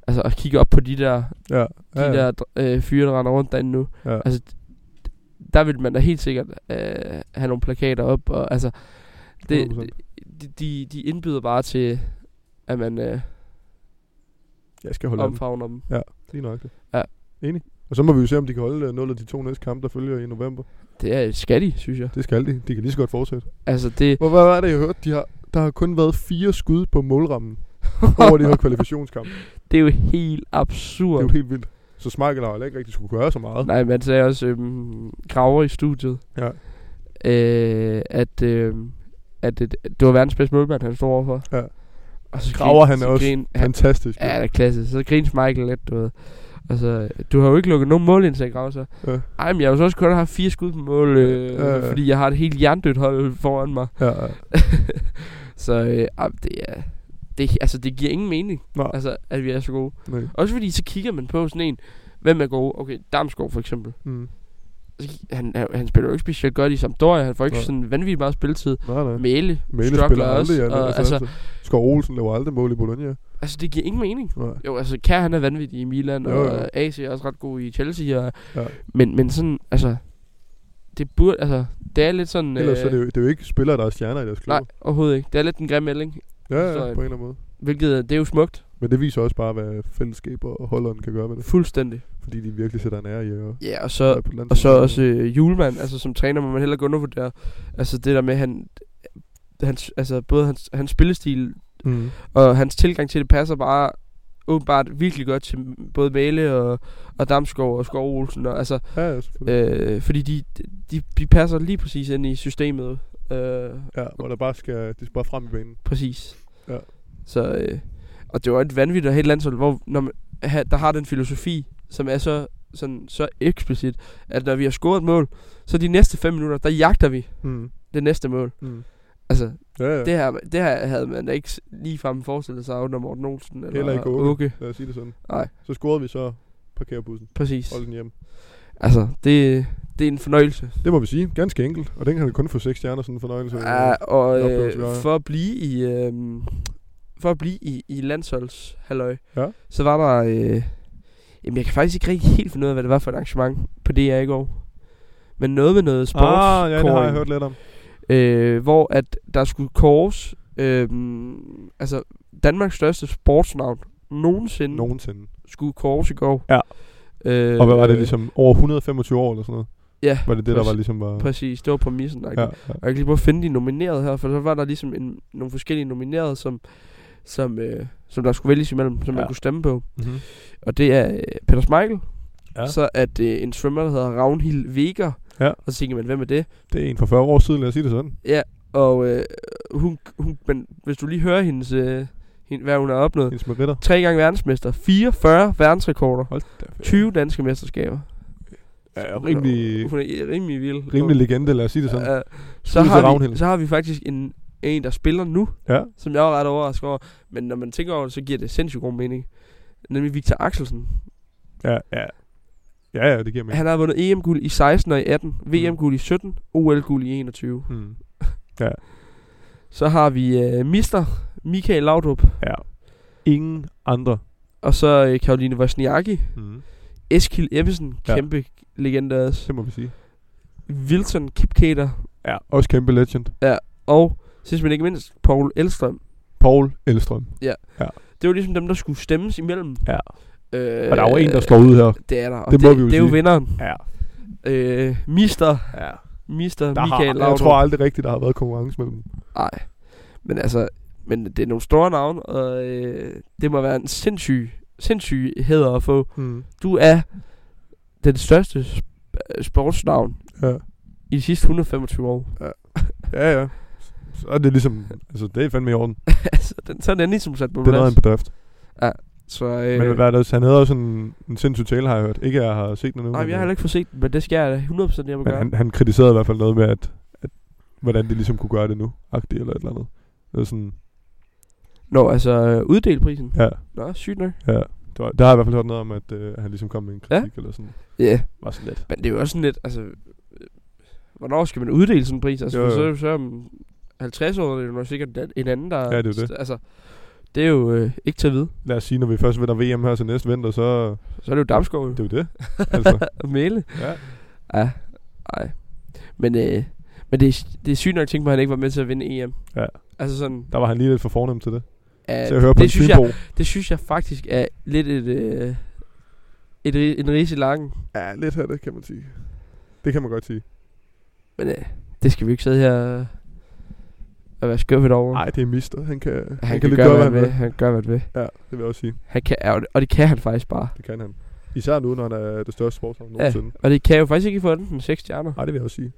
S2: altså at kigge op på de der,
S1: Ja.
S2: de ja, ja. der øh, fyre, der render rundt derinde nu,
S1: ja.
S2: Altså, der vil man da helt sikkert øh, have nogle plakater op, og altså, det,
S1: 100%.
S2: de- de, de indbyder bare til, at man øh,
S1: Jeg skal holde af dem.
S2: omfavner dem.
S1: Lige nøjagtigt.
S2: Ja.
S1: Enig. Og så må vi jo se, om de kan holde 0 af de to næste kampe, der følger i november.
S2: Det er et skattig, synes jeg.
S1: Det skal de. De kan lige så godt fortsætte.
S2: Altså, det...
S1: Hvor, hvad var det, jeg hørte? De har, der har kun været fire skud på målrammen over de her
S2: [LAUGHS]
S1: kvalifikationskampe.
S2: det er jo helt
S1: Det
S2: absurd.
S1: er jo helt vildt. Så Smeichel har heller ikke rigtig skulle gøre så meget.
S2: Nej, man sagde også øhm, graver i studiet,
S1: Ja.
S2: øh, at, øh, at det, det var verdens bedste målmand, han stod overfor.
S1: Ja.
S2: Og så
S1: Graver,
S2: grin-
S1: han
S2: så
S1: er også
S2: grin- han,
S1: Fantastisk.
S2: Ja, det er klasse. Så grins Michael lidt, du ved. Altså, du har jo ikke lukket nogen mål ind til en grav, så.
S1: Ja.
S2: Ej, men jeg har jo så også kun haft fire skud på mål, øh,
S1: Ja, ja.
S2: fordi jeg har et helt jerndødt hold foran mig.
S1: Ja, ja.
S2: Så øh, ej, det er... Det, altså, det giver ingen mening,
S1: Nej,
S2: altså, at vi er så gode.
S1: nej.
S2: Også fordi, så kigger man på sådan en, hvem er gode. Okay, Damsgaard for eksempel.
S1: Mm.
S2: Så- Han, han, han spiller jo ikke specielt godt i Sampdoria. Han får ikke
S1: Nej.
S2: sådan vanvittigt meget spilletid.
S1: Nej, nej.
S2: Mæle,
S1: Mæle spiller
S2: struggler
S1: aldrig,
S2: også.
S1: ja.
S2: og, altså, altså,
S1: Skov Olsen laver aldrig mål i Bologna.
S2: altså, det giver ingen mening.
S1: Nej.
S2: Jo, altså Kær han er vanvittig i Milan,
S1: Jo,
S2: jo, og
S1: jo.
S2: øh, AC er også ret god i Chelsea. Og,
S1: Ja.
S2: ja. men, men sådan, altså, det burde, altså, det er lidt sådan... øh,
S1: Ellers så er det, jo, det er jo ikke spillere, der er stjerner i deres klub.
S2: nej, overhovedet ikke. Det er lidt en grim melding,
S1: Ja, ja,
S2: så- øh,
S1: på en eller anden måde.
S2: hvilket øh, det er jo smukt.
S1: Men det viser også bare, hvad fællesskab og holderen kan gøre med det.
S2: Fuldstændig.
S1: Fordi de virkelig sætter en ære i at
S2: Ja, og så, og så også øh, Julemand, altså som træner, må man heller ikke undervurdere. Altså det der med, han, hans, altså, både hans, hans spillestil
S1: Mm.
S2: og hans tilgang til det passer bare åbenbart virkelig godt til både Mæle og, og Damsgaard og Skov Olsen. Og, altså,
S1: Ja, ja, selvfølgelig.
S2: Øh, fordi de, de, de passer lige præcis ind i systemet. Øh,
S1: Ja, hvor der bare skal, de skal bare frem i banen.
S2: præcis.
S1: Ja.
S2: Så, øh, og det var et vanvittigt at have et landshold, hvor når man, ha, der har den filosofi, som er så, sådan, så eksplicit, at når vi har scoret et mål, så de næste 5 minutter, der jagter vi
S1: Mm.
S2: det næste mål.
S1: Mm.
S2: Altså,
S1: Ja, ja.
S2: det, her, det her havde man da ikke lige frem forestillet sig under Morten Olsen. Eller,
S1: Heller ikke Åke.
S2: Åke. Okay.
S1: Lad os sige det sådan.
S2: Nej.
S1: Så scorede vi så parkerer bussen.
S2: Præcis.
S1: Hold den hjem.
S2: Altså, det, det er en fornøjelse.
S1: Det må vi sige. Ganske enkelt. Og den kan vi kun få 6 stjerner, sådan en fornøjelse.
S2: Ja, og øh,
S1: oplevelse, vi har.
S2: for at blive i øh, for at blive i, i landsholdshalløj,
S1: Ja.
S2: så var der øh, jamen jeg kan faktisk ikke rigtig helt finde ud af hvad det var for et arrangement på DR i går. Men noget med noget sports
S1: ah, ja, det har jeg hørt lidt om.
S2: Øh, hvor at der skulle kores øh, altså Danmarks største sportsnavn nogensinde
S1: Nogensinde.
S2: skulle kores i går.
S1: Ja.
S2: Øh,
S1: Og hvad var det ligesom? Over 125 år eller sådan noget?
S2: Ja,
S1: Var det det, der
S2: præcis.
S1: var ligesom var...
S2: præcis. Det var præmissen.
S1: Ja,
S2: Ja.
S1: ja.
S2: Og jeg kan lige prøve at finde de nominerede her, for så var der ligesom en, nogle forskellige nominerede, som, som, øh, som der skulle vælges imellem, som ja.
S1: Ja.
S2: man kunne stemme på.
S1: Mm-hmm.
S2: Og det er øh, Peter Schmeichel,
S1: Ja.
S2: ja. så er det en svømmer, der hedder Ragnhild Veger,
S1: Ja.
S2: og så tænker man, hvem er det?
S1: Det er en for 40 år siden, lad os sige det sådan.
S2: Og øh, hun, hun, men hvis du lige hører hendes, øh, hende, hvad hun har opnået,
S1: Hendes meritter.
S2: tre gange verdensmester, 44 verdensrekorder,
S1: Hold da. ferie.
S2: 20 danske mesterskaber.
S1: Ja, rimelig,
S2: Hun er øh, rimelig vild.
S1: rimelig legende, lad os sige det sådan.
S2: Øh, så,
S1: Skud til
S2: har
S1: Ragnhild.
S2: vi, så har vi faktisk en, en, der spiller nu,
S1: Ja.
S2: som jeg var ret overrasket over. Men når man tænker over det, så giver det sindssygt god mening. Nemlig Victor Axelsen.
S1: Ja, ja. Ja, ja, det giver mening.
S2: Han har vundet EM-guld i 16 og i 18, VM-guld i 17, OL-guld i 21.
S1: Mm.
S2: Så har vi øh, Mister Michael Laudrup,
S1: Ja. Ingen andre.
S2: og så øh, Karoline Wozniacki,
S1: Mm.
S2: Eskil Ebbesen,
S1: Ja.
S2: kæmpe legende også,
S1: Det må vi sige.
S2: Wilson Kipketer,
S1: Ja. Også kæmpe legend.
S2: og sidst men ikke mindst, Paul Elstrøm.
S1: Paul Elstrøm.
S2: Det var ligesom dem, der skulle stemmes imellem.
S1: Ja.
S2: Øh,
S1: Og der var en, der slår ud her.
S2: Det er der, og
S1: Det
S2: det,
S1: må
S2: det,
S1: vi jo
S2: det er jo
S1: sige.
S2: vinderen.
S1: Ja.
S2: Øh, Mister
S1: ja.
S2: Mister
S1: Der
S2: Michael
S1: har,
S2: Laudrup.
S1: jeg tror aldrig rigtigt, der har været konkurrence mellem dem.
S2: Nej. Men altså, men det er nogle store navne, og øh, det må være en sindssyg, sindssyg hæder at få.
S1: Mm.
S2: Du er den største sp- øh, sportsnavn
S1: Ja.
S2: i de sidste 125 år.
S1: ja, ja. Så er det ligesom, altså det er fandme i orden.
S2: [LAUGHS] altså, den, så er den ligesom sat på
S1: Det er noget af
S2: plads.
S1: en bedrift.
S2: Så, øh,
S1: Men hvad er det, han havde også en, en sindssyg tale, har jeg hørt. Ikke, at jeg har set den endnu.
S2: nej,
S1: men,
S2: jeg har heller ikke fået set den, men det skal jeg da 100% hjemme
S1: Men
S2: gøre.
S1: han, han kritiserede i hvert fald noget med, at, at hvordan de ligesom kunne gøre det nu. Agtigt eller et eller andet. Det er sådan,
S2: Nå, altså, øh, uddel prisen.
S1: ja,
S2: Nå, sygt nok.
S1: ja. Det var, der har jeg i hvert fald hørt noget om, at øh, han ligesom kom med en kritik ja. eller sådan.
S2: Ja, yeah.
S1: Var sådan lidt.
S2: men det er jo også sådan lidt, altså, øh, hvornår skal man uddele sådan en pris? Altså,
S1: Jo,
S2: jo,
S1: jo.
S2: jo. så er det jo så om 50 år, er det jo nok sikkert den- en anden, der...
S1: Ja, det er jo det.
S2: Altså, det er jo øh, ikke til at vide.
S1: Lad os sige, når vi først vinder VM her til næste vinter, så
S2: Så er det jo Damsgaard jo.
S1: det er jo det.
S2: [LAUGHS]
S1: altså,
S2: og Mæle.
S1: ja.
S2: Ja, nej. Men, øh, men det, er, det er sygt nok at tænke på, at han ikke var med til at vinde EM.
S1: Ja.
S2: Altså sådan...
S1: Der var han lige lidt for fornem til det.
S2: Ja,
S1: Så jeg hører på en
S2: det, synes jeg,
S1: Fynbo.
S2: det synes jeg faktisk er lidt et... Øh, et, ri- en ris i lakken.
S1: Ja, lidt her, det kan man sige. Det kan man godt sige.
S2: Men øh, det skal vi ikke sidde her og være skuffet over.
S1: Nej, det er mister. Han kan, han
S2: han, han kan, kan gøre, hvad han vil.
S1: vil.
S2: Han gør, hvad han vil.
S1: Ja, det vil jeg også sige.
S2: Han kan, og, det- og det kan han faktisk bare.
S1: Det kan han. Især nu, når han er det største sportsnavn nogensinde.
S2: Og det kan jo faktisk ikke få den 6 stjerner.
S1: Nej, det vil jeg også sige.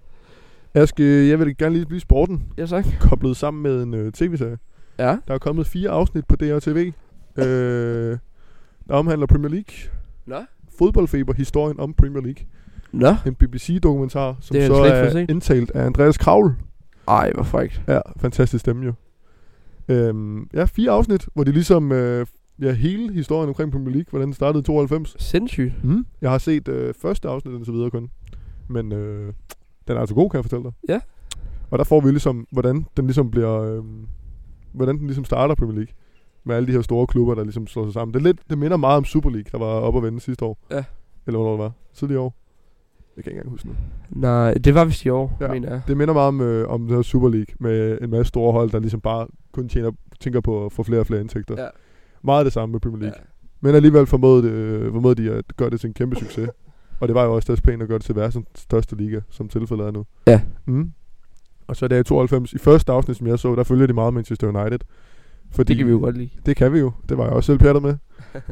S1: Aske, jeg vil gerne lige blive sporten,
S2: Ja, tak.
S1: koblet sammen med en øh, tv-serie.
S2: Ja.
S1: Der er
S2: [LAUGHS]
S1: kommet fire afsnit på DRTV, øh, der omhandler Premier League.
S2: Nå.
S1: Fodboldfeber, historien om Premier League.
S2: Nå?
S1: En BBC-dokumentar, som
S2: Det har jeg
S1: så
S2: slet ikke fået
S1: er
S2: set.
S1: indtalt af Andreas Kravl.
S2: Ej, hvor frækt.
S1: Ja, fantastisk stemme jo. Øhm, ja, fire afsnit, hvor de ligesom... Øh, ja, hele historien omkring Premier League, hvordan den startede i 92.
S2: Sindssygt.
S1: Mm. Jeg har set øh, første afsnit og så videre kun. Men øh, den er altså god, kan jeg fortælle dig.
S2: Ja.
S1: Og der får vi ligesom, hvordan den ligesom bliver... Øh, hvordan den ligesom starter Premier League. Med alle de her store klubber, der ligesom slår sig sammen. Det, er lidt, det minder meget om Super League, der var op at vende sidste år.
S2: Ja.
S1: Eller hvornår det var. Tidligere år. Jeg kan ikke engang huske det.
S2: Nej, det var vist i år,
S1: Ja.
S2: ja. mener jeg.
S1: Det minder meget om, øh, om det her Super League med en masse store hold, der ligesom bare kun tjener, tænker på at få flere og flere indtægter.
S2: Ja.
S1: Meget det samme med Premier League.
S2: Ja.
S1: Men alligevel formåede, det, øh, formåede de at gøre det til en kæmpe succes. Og det var jo også deres plan at gøre det til verdens største liga, som tilfældet er nu.
S2: Ja.
S1: Mm. Og så der i 92, i første afsnit, som jeg så, der følger de meget Manchester United. Fordi
S2: Det kan vi jo godt lide.
S1: det kan vi jo. Det var jeg også selv pjattet
S2: [LAUGHS]
S1: med.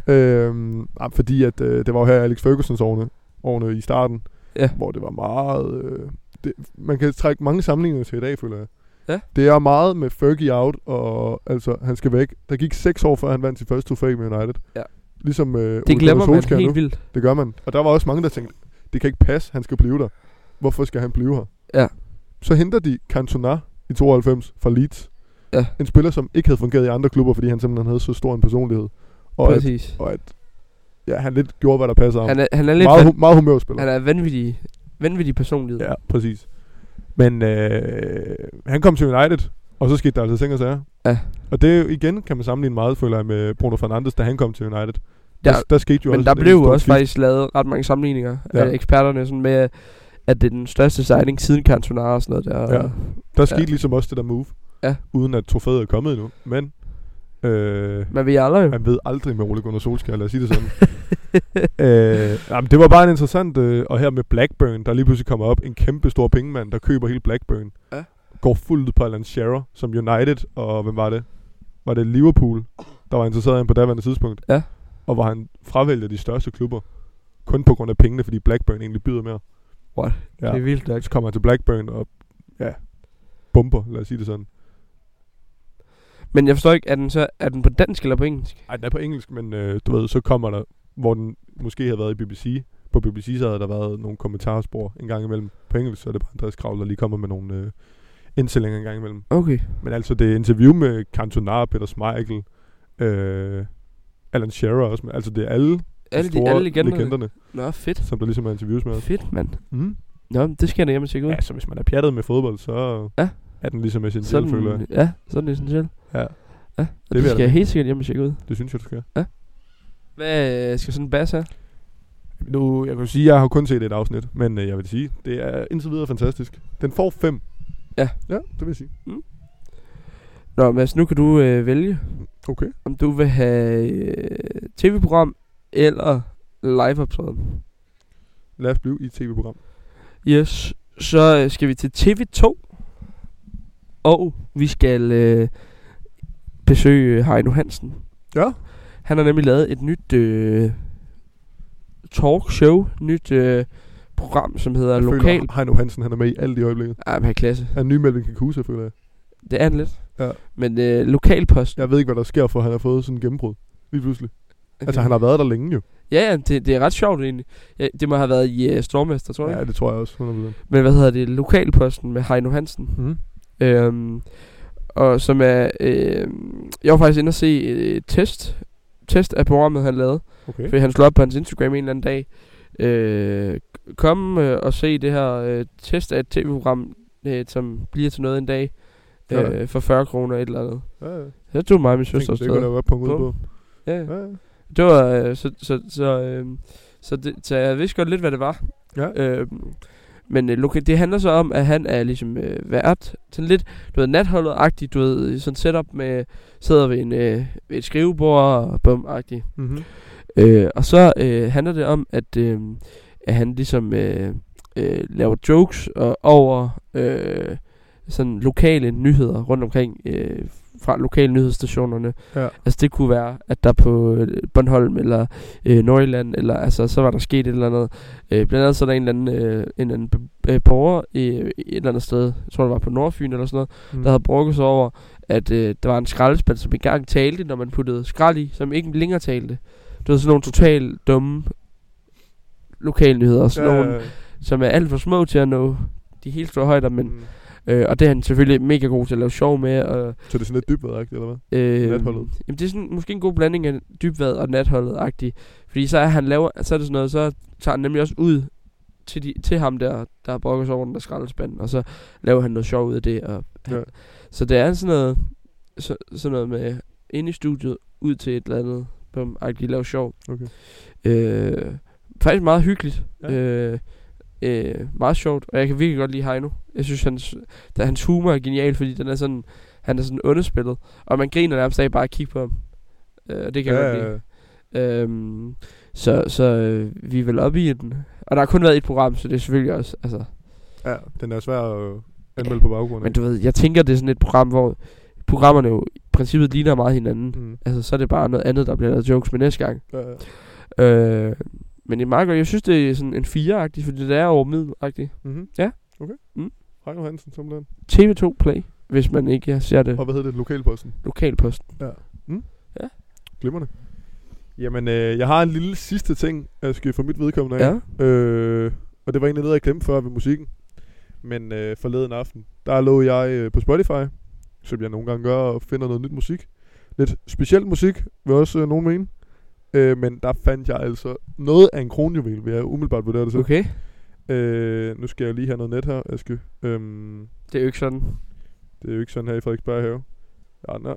S1: øhm, ah, fordi at, øh, det var jo her Alex Fergusons årene, årene i starten,
S2: Ja.
S1: hvor det var meget... Øh, det, man kan trække mange sammenligninger til i dag, føler jeg.
S2: Ja.
S1: Det er meget med Fergie out, og altså, han skal væk. Der gik 6 år, før han vandt sit første trofæ med United.
S2: Ja.
S1: Ligesom øh, Ole
S2: Det
S1: Gunnar
S2: glemmer
S1: Solskjaer
S2: man
S1: nu.
S2: helt vildt.
S1: Det gør man. Og der var også mange, der tænkte, det kan ikke passe, han skal blive der. Hvorfor skal han blive her?
S2: Ja.
S1: Så henter de Cantona i 92 fra Leeds.
S2: Ja.
S1: En spiller, som ikke havde fungeret i andre klubber, fordi han simpelthen havde så stor en personlighed. Og, at,
S2: Præcis.
S1: og at ja, han lidt gjorde, hvad der passer ham.
S2: Han er, han er lidt
S1: Meget,
S2: van,
S1: hu- meget humørspiller.
S2: han er vanvittig, vanvittig personlighed.
S1: Ja, præcis. Men øh, han kom til United, og så skete der altså ting og sager.
S2: Ja.
S1: Og det er jo igen, kan man sammenligne meget, føler jeg, med Bruno Fernandes, da han kom til United. Der,
S2: Der-
S1: der, der skete jo
S2: Men
S1: også
S2: der
S1: en
S2: blev jo
S1: stor
S2: også
S1: skift.
S2: faktisk lavet ret mange sammenligninger
S1: Ja.
S2: ja. af eksperterne, sådan med, at det er den største signing siden Cantona og sådan noget der.
S1: Ja. Der skete ja.
S2: Ja.
S1: ligesom også det der move.
S2: Ja.
S1: Uden at trofæet er kommet endnu. Men øh,
S2: Man ved aldrig jo.
S1: man ved aldrig med Ole Gunnar Solskjaer, lad os sige det sådan. [LAUGHS] øh, jamen, det var bare en interessant... Øh, og her med Blackburn, der lige pludselig kommer op. En kæmpe stor pengemand, der køber hele Blackburn.
S2: Ja.
S1: Går fuldt ud på Alan Shearer, som United og... Hvem var det? Var det Liverpool, der var interesseret i ham på daværende tidspunkt?
S2: Ja.
S1: Og hvor han fravælger de største klubber. Kun på grund af pengene, fordi Blackburn egentlig byder mere.
S2: What?
S1: Ja.
S2: Det er vildt nok.
S1: Så kommer han til Blackburn og... Ja, bomber, lad os sige det sådan.
S2: Men jeg forstår ikke, er den, så, er den på dansk eller på engelsk?
S1: Ej, den er på engelsk, men øh, du ved, så kommer der, hvor den måske havde været i BBC. På BBC så havde der været nogle kommentarspor en gang imellem på engelsk, så er det bare Andreas Kravl, der lige kommer med nogle øh, indstillinger en gang imellem.
S2: Okay.
S1: Men altså det interview med Cantona, Peter Schmeichel, øh, Alan Shearer også, men, altså det er alle,
S2: Alle,
S1: de
S2: de,
S1: store
S2: alle legenderne.
S1: legenderne,
S2: Nå, fedt.
S1: som der ligesom er interviews med. os.
S2: Fedt, mand.
S1: Mm.
S2: Nå, men det skal jeg da hjemme tjekke ud.
S1: Ja, så hvis man er pjattet med fodbold, så
S2: Ja.
S1: er den ligesom essentiel, føler jeg.
S2: sådan, ja, sådan essentielt.
S1: Ja,
S2: Ja,
S1: Det vil
S2: og det,
S1: jeg
S2: det
S1: da
S2: skal jeg helt sikkert hjemme tjekke ud.
S1: det synes jeg, du skal.
S2: Hvad øh, skal sådan en bas have?
S1: Nu, jeg kan jo sige, at jeg har kun set et afsnit, men øh, jeg vil sige, det er indtil videre fantastisk. Den får fem.
S2: Ja.
S1: Ja, det vil jeg sige.
S2: Nå, Mads, nu kan du øh, vælge,
S1: Okay.
S2: om du vil have øh, tv-program eller live-optræden.
S1: Lad os blive i et tv-program.
S2: Yes, så øh, skal vi til TV2, og vi skal øh, besøge øh, Heino Hansen.
S1: Ja.
S2: Han har nemlig lavet et nyt øh, talkshow, nyt øh, program, som hedder
S1: Jeg
S2: Lokal.
S1: føler, Heino Hansen, han er med i alt i øjeblikket.
S2: Ej, men han er klasse.
S1: Han er ny Melvin Kikusa, føler jeg.
S2: Det er han lidt.
S1: Ja.
S2: Men øh, lokalposten.
S1: Jeg ved ikke, hvad der sker, for han har fået sådan en gennembrud. Lige pludselig. Okay. Altså, han har været der længe jo.
S2: Ja, ja det, det er ret sjovt egentlig. Ja, det må have været i øh, Stormester, tror jeg.
S1: Ja,
S2: Ja.
S1: det tror jeg også. 100%.
S2: Men hvad hedder det? Lokalposten med Heino Hansen.
S1: Mm.
S2: Øhm, og som er... Øhm, jeg var faktisk inde og se øh, et test. Test af programmet, han lavede.
S1: Okay.
S2: Fordi han slog op på hans Instagram en eller anden dag. Øh, kom øh, og se det her øh, test af et tv-program, øh, som bliver til noget en dag.
S1: Ja.
S2: Øh, for 40 kroner et eller andet.
S1: Ja, ja.
S2: Så tog mig og min søster
S1: Tænk, det kunne
S2: afsted.
S1: der godt punkt ud
S2: Bum.
S1: på.
S2: Ja, ja.
S1: Ja, ja.
S2: Det var, øh, så, så, så, øh, så, det, så jeg vidste godt lidt, hvad det var.
S1: Ja.
S2: Øh, men øh, loka- det handler så om, at han er ligesom øh, vært, sådan lidt, du ved, natholdet-agtigt, du ved, i sådan setup med, sidder ved, en, øh, ved et skrivebord og bum-agtigt.
S1: Mm-hmm.
S2: Øh, og så øh, handler det om, at, øh, at han ligesom øh, øh, laver jokes og, over øh, sådan lokale nyheder rundt omkring øh, fra lokale nyhedsstationerne.
S1: Ja.
S2: Altså det kunne være, at der på øh, Bornholm eller øh, Nordjylland, eller altså så var der sket et eller andet. Øh, blandt andet så er der en eller anden, øh, en eller anden be- øh, borger i, i et eller andet sted, jeg tror det var på Nordfyn eller sådan noget,
S1: Mm.
S2: der havde brokket sig over, at øh, der var en skraldespand, som engang talte, når man puttede skrald i, som ikke længere talte. Det var sådan nogle totalt dumme lokalnyheder og sådan
S1: Ja,
S2: ja.
S1: ja,
S2: nogle, som er alt for små til at nå de helt store højder, men,
S1: mm.
S2: øh, og det er han selvfølgelig mega god til at lave sjov med, og
S1: Så det er sådan lidt dybvedagtigt, eller hvad?
S2: Øh,
S1: Natholdet.
S2: Jamen, det er sådan, måske en god blanding af dybvad og natholdet-agtig. Fordi så er, han laver, så er det sådan noget, så tager han nemlig også ud til, de, til ham der, der har brokket sig over den der skraldespand, og så laver han noget sjov ud af det. Og han,
S1: Ja.
S2: ja. Så det er sådan noget, så, sådan noget med ind i studiet, ud til et eller andet, bum, agtigt lave sjov.
S1: Okay.
S2: Øh, faktisk meget hyggeligt.
S1: Ja.
S2: Ja. Øh, øh, meget sjovt, og jeg kan virkelig godt lide Heino. Jeg synes, hans, da, hans humor er genial, fordi den er sådan, han er sådan underspillet. Og man griner nærmest af bare at kigge på ham. Øh, og det kan ja, jeg godt lide.
S1: ja.
S2: Øhm, så så øh, vi er vel oppe i den. Og der har kun været et program, så det er selvfølgelig også... Altså,
S1: ja, den er svær at anmelde
S2: Ja,
S1: på baggrund.
S2: men du ved, jeg tænker, det er sådan et program, hvor programmerne jo i princippet ligner meget hinanden.
S1: Mm.
S2: Altså, så er det bare noget andet, der bliver lavet jokes med næste gang.
S1: Ja, ja.
S2: Øh, men det er meget godt. Jeg synes, det er sådan en 4-agtig, fordi det er over middelagtigt.
S1: Mm-hmm.
S2: Ja.
S1: Okay.
S2: Mm.
S1: Ragnar Hansen, simpelthen.
S2: TV2 Play, hvis man ikke ser det
S1: Og hvad hedder det? Lokalposten.
S2: lokalposten.
S1: Glimmerne. Jamen, øh, jeg har en lille sidste ting, jeg skal for mit vedkommende af.
S2: Ja.
S1: Øh, og det var egentlig noget, jeg glemte før ved musikken. Men øh, forleden aften, der lå jeg øh, på Spotify, som jeg nogle gange gør, og finder noget nyt musik. Lidt speciel musik, vil også øh, nogen mene. Øh, men der fandt jeg altså noget af en kronjuvel, vil jeg umiddelbart vurdere det så.
S2: Okay.
S1: Øh, nu skal jeg lige have noget net her, Aske. Øhm,
S2: Det er jo ikke sådan.
S1: det er jo ikke sådan her i Frederiksberg have. Ja, nej.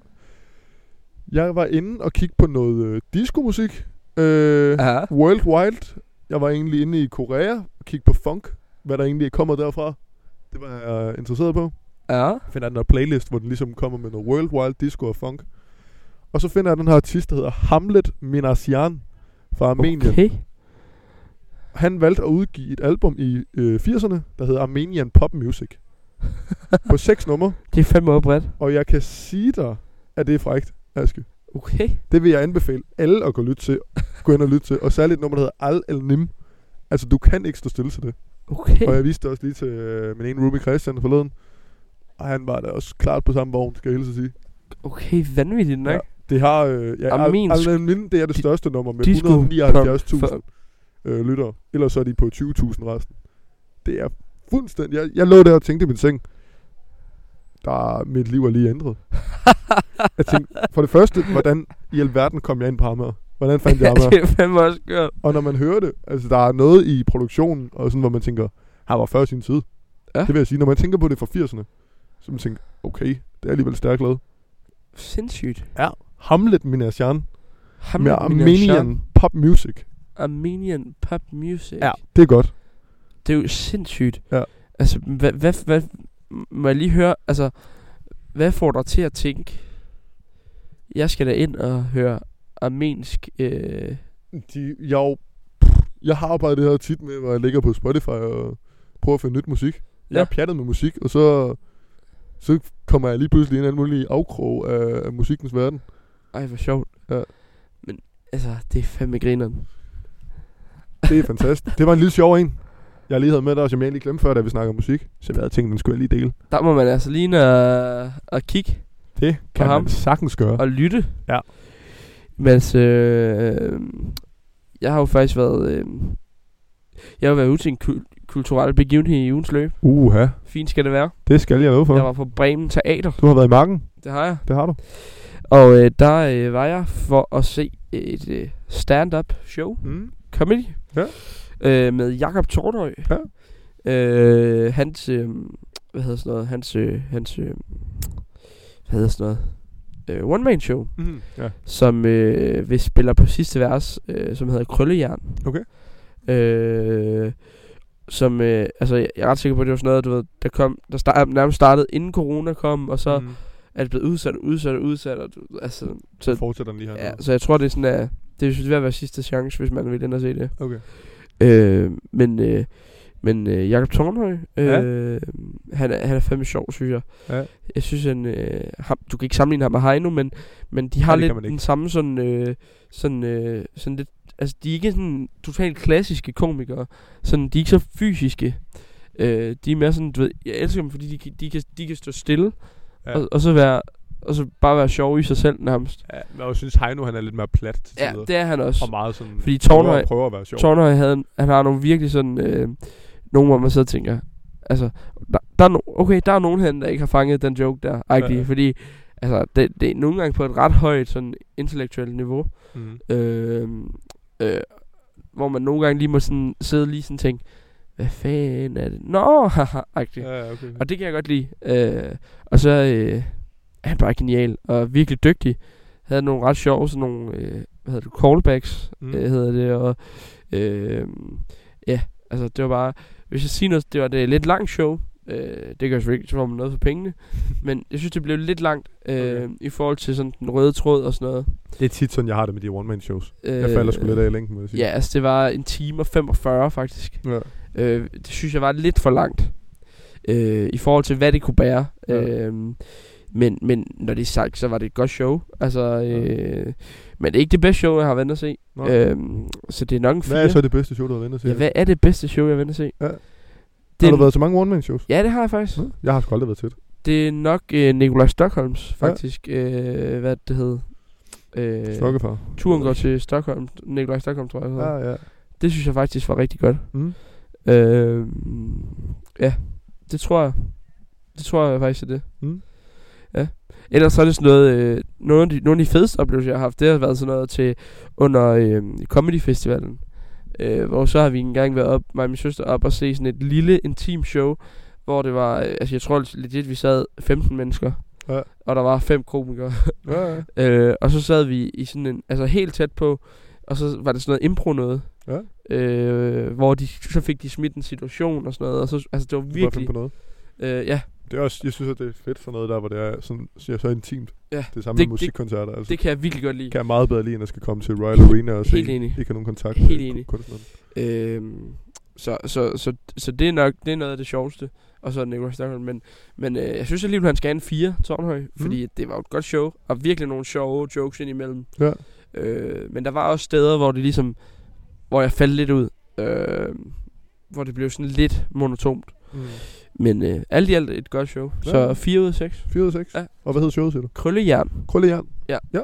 S1: Jeg var inde og kigge på noget øh, discomusik. Øh,
S2: Ja.
S1: World Wild. Jeg var egentlig inde i Korea og kigge på funk. Hvad der egentlig kommer derfra. Det var jeg øh, interesseret på.
S2: Ja.
S1: Jeg finder den her playlist, hvor den ligesom kommer med noget World Wild, disco og funk. Og så finder jeg den her artist, der hedder Hamlet Minasian fra Armenien.
S2: Okay.
S1: Han valgte at udgive et album i øh, 80'erne, der hedder Armenian Pop Music. på seks numre.
S2: Det er fandme opret.
S1: Og jeg kan sige dig, at det er frægt, Aske.
S2: Okay.
S1: Det vil jeg anbefale alle at gå, lytte til, gå ind og lytte til. Og særligt et nummer, der hedder Al El Nim. Altså, du kan ikke stå stille til det.
S2: Okay.
S1: Og jeg viste det også lige til øh, min ene roomie Christian forleden. Og han var da også klart på samme vogn, skal jeg hilse at sige.
S2: Okay, vanvittigt nok.
S1: Ja, det har... Øh, ja, Al,
S2: Armensk
S1: Al El Nim, det er det
S2: di-
S1: største nummer med
S2: disco-
S1: 179.000 øh, lyttere. Ellers så er de på 20.000 resten. Det er fuldstændig... Jeg, jeg lå der og tænkte i min seng, der mit liv er lige
S2: [LAUGHS]
S1: ændret. jeg tænkte, for det første, hvordan i alverden kom jeg ind på Amager? Hvordan fandt jeg
S2: [LAUGHS] Ja,
S1: Amager?
S2: det er fandme også skørt.
S1: Og når man hører det, altså der er noget i produktionen, og sådan, hvor man tænker, han var før sin tid.
S2: Ja.
S1: Det vil jeg sige, når man tænker på det fra 80'erne, så man tænker, okay, det er alligevel stærkt lavet.
S2: Sindssygt.
S1: Hamlet Minasjan
S2: Ham
S1: med
S2: Armenian.
S1: Armenian Pop Music.
S2: Armenian pop music.
S1: Det er godt.
S2: Det er jo sindssygt.
S1: Ja.
S2: Altså, hvad, hvad, hvad, må jeg lige høre, altså, hvad får dig til at tænke, jeg skal da ind og høre armensk, øh,
S1: De, jeg, er jo- jeg har arbejdet det her tit med, hvor jeg ligger på Spotify og prøver at finde nyt musik. Jeg
S2: Ja.
S1: er pjattet med musik, og så, så kommer jeg lige pludselig ind i en mulig afkrog af, af musikkens verden.
S2: ej, hvor sjovt.
S1: Ja.
S2: Men, altså, det er fandme grineren.
S1: Det er fantastisk. det var en lille sjov en. Jeg lige havde med dig, som jeg egentlig glemte før, da vi snakkede om musik. Så jeg havde tænkt, den skulle jeg lige dele.
S2: Der må man altså lige ind og, og kigge
S1: Det kan
S2: ham.
S1: man sagtens gøre.
S2: og lytte.
S1: Ja.
S2: Men altså, øh, jeg har jo faktisk været, øh, jeg har været ude til en kul- kulturel begivenhed i ugens løb.
S1: Uha,
S2: Fint skal det være.
S1: det skal jeg love for.
S2: Jeg var på Bremen Teater,
S1: Du har været i marken,
S2: det har jeg.
S1: det har du.
S2: Og øh, der øh, var jeg for at se et øh, stand-up show,
S1: Mm.
S2: comedy,
S1: Ja.
S2: øh, med Jakob Tornøj.
S1: Ja.
S2: Øh, hans, øh, hvad hedder sådan noget, hans, øh, hans, øh, hvad hedder sådan noget, øh, one-man-show.
S1: Mm. Ja.
S2: som øh, vi spiller på sidste vers, øh, som hedder Krøllejern.
S1: Okay.
S2: Øh, som, øh, altså jeg jeg er ret sikker på, at det var sådan noget, du ved, der, kom, der start, nærmest startede inden corona kom, og så mm.
S1: mm.
S2: er det blevet udsat, udsat, udsat, og du, altså, så,
S1: fortsætter den lige her.
S2: ja, så jeg tror, det er sådan, at det er ved at være sidste chance, hvis man vil ind og se det.
S1: Okay.
S2: Øh, men øh, men øh, Jakob Tornhøj, øh,
S1: Ja.
S2: han, er, han er fandme sjov, synes jeg.
S1: Ja.
S2: Jeg synes, han, øh, ham, du kan ikke sammenligne ham med Heino, men, men de har
S1: det kan
S2: lidt
S1: man ikke.
S2: den samme sådan, øh, sådan, øh, sådan lidt, altså de er ikke sådan totalt klassiske komikere, sådan, de er ikke så fysiske. Øh, de er mere sådan, du ved, jeg elsker dem, fordi de, kan- de, kan, de kan stå stille,
S1: Ja.
S2: ja. og, og så være og så bare være sjov i sig selv nærmest.
S1: Ja, men jeg synes Heino, han er lidt mere plat til
S2: Ja,
S1: tider.
S2: det er han også.
S1: Og meget sådan...
S2: Fordi
S1: prøver-
S2: Tornhøj-
S1: Prøver at være sjov.
S2: Tornhøj havde, en- han har nogle virkelig sådan, øh, nogle hvor man sidder og tænker, altså, der, der er no, okay, der er nogen herinde, der ikke har fanget den joke der,
S1: Ja,
S2: agtig,
S1: ja.
S2: fordi, altså, det, det er nogle gange på et ret højt, sådan, intellektuelt niveau,
S1: Mm.
S2: øh, øh, hvor man nogle gange lige må sådan, sidde lige sådan og tænke, hvad fanden er det? Nå, [LAUGHS] haha, agtig.
S1: Ja, ja, okay.
S2: Og det kan jeg godt lide. Øh, og så øh, er han bare genial og virkelig dygtig. Havde nogle ret sjove sådan nogle, øh, hvad hedder det, callbacks,
S1: Mm.
S2: mm. øh, hedder det. Og, øh, ja, altså det var bare, hvis jeg siger noget, det var det lidt langt show. Øh, det gør selvfølgelig ikke, så får man noget for
S1: [LAUGHS]
S2: pengene. men jeg synes, det blev lidt langt øh,
S1: Okay.
S2: okay. i forhold til sådan den røde tråd og sådan noget.
S1: Det er tit sådan, jeg har det med de one-man-shows.
S2: Øh,
S1: Jeg falder sgu lidt af i længden, må jeg sige.
S2: Ja, altså det var en time og 45 faktisk.
S1: Ja.
S2: Øh, det synes jeg var lidt for langt øh, i forhold til, hvad det kunne bære.
S1: Ja.
S2: Ja. Øh, men, men når det er sagt, så var det et godt show. Altså, øh, men det er ikke det bedste show, jeg har været inde at se.
S1: Nå.
S2: Øh, så det er nok en
S1: Hvad er
S2: fire.
S1: så det bedste show, du har været inde og se?
S2: ja, hvad er det bedste show, jeg har været inde at se?
S1: Ja.
S2: Det
S1: Har
S2: er,
S1: du været til mange one-man-shows?
S2: ja, det har jeg faktisk.
S1: Ja. Jeg har sgu aldrig været til det.
S2: Det er nok øh, Nikolaj Stockholms, faktisk. Øh, hvad det hed. Øh,
S1: Stokkefar.
S2: turen går til Stockholm. Nikolaj Stockholm, tror jeg. det hedder.
S1: Ja, ja.
S2: Det synes jeg faktisk var rigtig godt.
S1: Mm.
S2: Øh, ja, det tror jeg. Det tror jeg faktisk er det.
S1: Mm.
S2: Ja. Ellers så er det sådan noget, øh, nogle, af de, nogle af de fedeste oplevelser, jeg har haft, det har været sådan noget til under øh, Comedy Festivalen. Øh, hvor så har vi engang været op, mig og min søster op og se sådan et lille intim show, hvor det var, øh, altså jeg tror legit, vi sad 15 mennesker.
S1: Ja.
S2: Og der var fem komikere.
S1: Ja, ja.
S2: Øh, og så sad vi i sådan en, altså helt tæt på, og så var det sådan noget impro noget.
S1: Ja.
S2: Øh, hvor de, så fik de smidt en situation og sådan noget, og så, altså det var
S1: Du må bare finde
S2: virkelig,
S1: På noget.
S2: øh, ja,
S1: Det er også, jeg synes, at det er fedt sådan noget der, hvor det er sådan, så, så intimt.
S2: Ja,
S1: Det er samme
S2: det-
S1: med
S2: det-
S1: musikkoncerter. Altså.
S2: det kan jeg virkelig godt lide.
S1: kan jeg meget bedre lide, end at skal komme til Royal Arena og se,
S2: Helt enig.
S1: ikke have nogen kontakt
S2: Helt
S1: med
S2: enig.
S1: kunstneren.
S2: Øhm, så, så, så, så det er nok det er noget af det sjoveste. Og så Nikolaj Stockholm. Men, men øh, jeg synes alligevel, han skal have en 4,
S1: Mm.
S2: Tornhøj. Fordi det var jo et godt show. Og virkelig nogle sjove jokes indimellem.
S1: Ja.
S2: Øh, men der var også steder, hvor det ligesom... Hvor jeg faldt lidt ud. Øh, hvor det blev sådan lidt monotomt.
S1: Mm.
S2: Men øh, alt i alt et godt show.
S1: Ja.
S2: Ja. Så 4 ud af 6.
S1: 4 ud af 6. Ja.
S2: Ja.
S1: Og hvad hedder showet, siger du?
S2: Krøllejern.
S1: Krøllejern?
S2: Ja.
S1: Ja.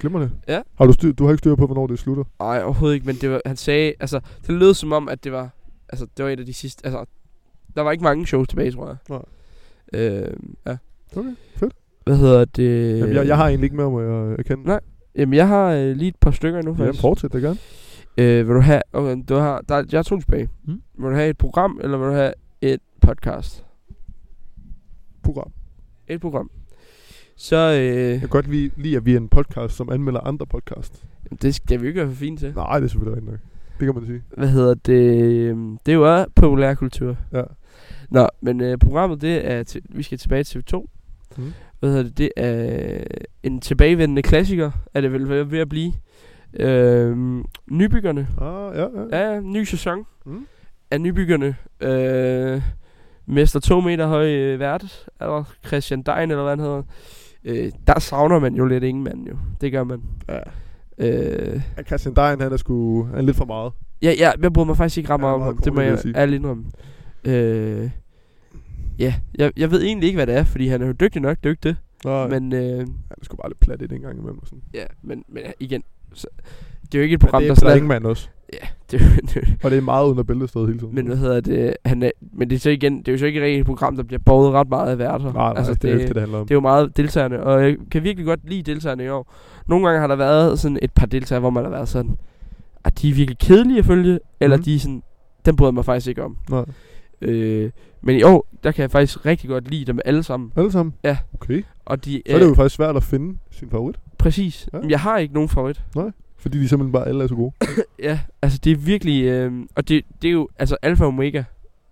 S1: Glimrende.
S2: Ja.
S1: Har du, styr, du har ikke styr på, hvornår det slutter?
S2: Nej, overhovedet ikke. Men det var, han sagde... Altså, det lød som om, at det var... Altså, det var et af de sidste... Altså, der var ikke mange shows tilbage, tror jeg.
S1: Nej.
S2: Øh, ja.
S1: Okay, fedt.
S2: Hvad hedder det?
S1: Jamen, jeg, jeg har egentlig ikke mere, må jeg øh, erkende.
S2: Nej, Jamen, jeg har øh, lige et par stykker nu,
S1: Jamen,
S2: faktisk.
S1: fortsæt det gerne.
S2: øh, vil du have... Okay, du har, der, er- jeg har to tilbage.
S1: Mm.
S2: Vil du have et program, eller vil du have et podcast?
S1: Program.
S2: Et program. Så øh,
S1: Jeg kan godt lide, lide, at vi er en podcast, som anmelder andre podcasts.
S2: det skal vi jo ikke være for fint til.
S1: Nej, det er selvfølgelig rigtigt nok. Det kan man sige.
S2: Hvad hedder det? Øhm, Det er jo også populærkultur.
S1: Ja.
S2: Nå, men øh, programmet det er... Til, vi skal tilbage til TV2.
S1: Mm.
S2: Hvad hedder det? Det er øh, en tilbagevendende klassiker, er det vel ved- ved at blive. Øhm, nybyggerne.
S1: Ah, ja, ja. ja.
S2: Ja, ja, ny sæson
S1: Mm.
S2: mm. af nybyggerne. Øh, Mester 2 meter høj øh, vært, eller Christian Dein, eller hvad han hedder. Øh, der savner man jo lidt ingen mand, jo. Det gør man.
S1: Ja.
S2: Øh,
S1: Christian Dejen, han er sgu han er lidt for meget.
S2: ja, ja, jeg bryder mig faktisk ikke ret
S1: Ja,
S2: meget om
S1: meget
S2: ham. Det må
S1: kort, vil
S2: jeg
S1: jeg sige.
S2: alle indrømme. Øh, ja, jeg, jeg ved egentlig ikke, hvad det er, fordi han er jo dygtig nok, det er jo ikke det.
S1: Nej, men,
S2: Men, øh,
S1: han er sgu bare lidt plat i det en gang imellem. Og sådan.
S2: ja, men, men igen, så, det er jo ikke et
S1: Men
S2: program,
S1: det
S2: der
S1: er
S2: sådan
S1: Peter
S2: er-
S1: Ingemann også.
S2: Ja, [LAUGHS] det er jo- det er jo
S1: Og det er meget under bæltestedet hele tiden.
S2: Men hvad hedder det? Han er, men det er, så igen, det er jo så ikke et rigtigt program, der bliver båret ret meget af værter.
S1: Nej, nej, altså, det, er jo ikke det, det handler om.
S2: det er jo meget deltagerne, og jeg kan virkelig godt lide deltagerne i år. Nogle gange har der været sådan et par deltagere, hvor man har været sådan, at de er virkelig kedelige at følge, eller
S1: Mhm.
S2: de er sådan, den bryder jeg mig faktisk ikke om.
S1: Nej.
S2: Øh, men i år, der kan jeg faktisk rigtig godt lide dem alle sammen.
S1: Alle sammen?
S2: Ja.
S1: Okay.
S2: Og de,
S1: Så er det jo faktisk svært at finde sin favorit.
S2: Præcis.
S1: Ja.
S2: Ja. Jeg har ikke nogen favorit.
S1: Fordi de simpelthen bare alle er så gode.
S2: Ja, altså det er virkelig, øh, og det, det er jo altså alfa og omega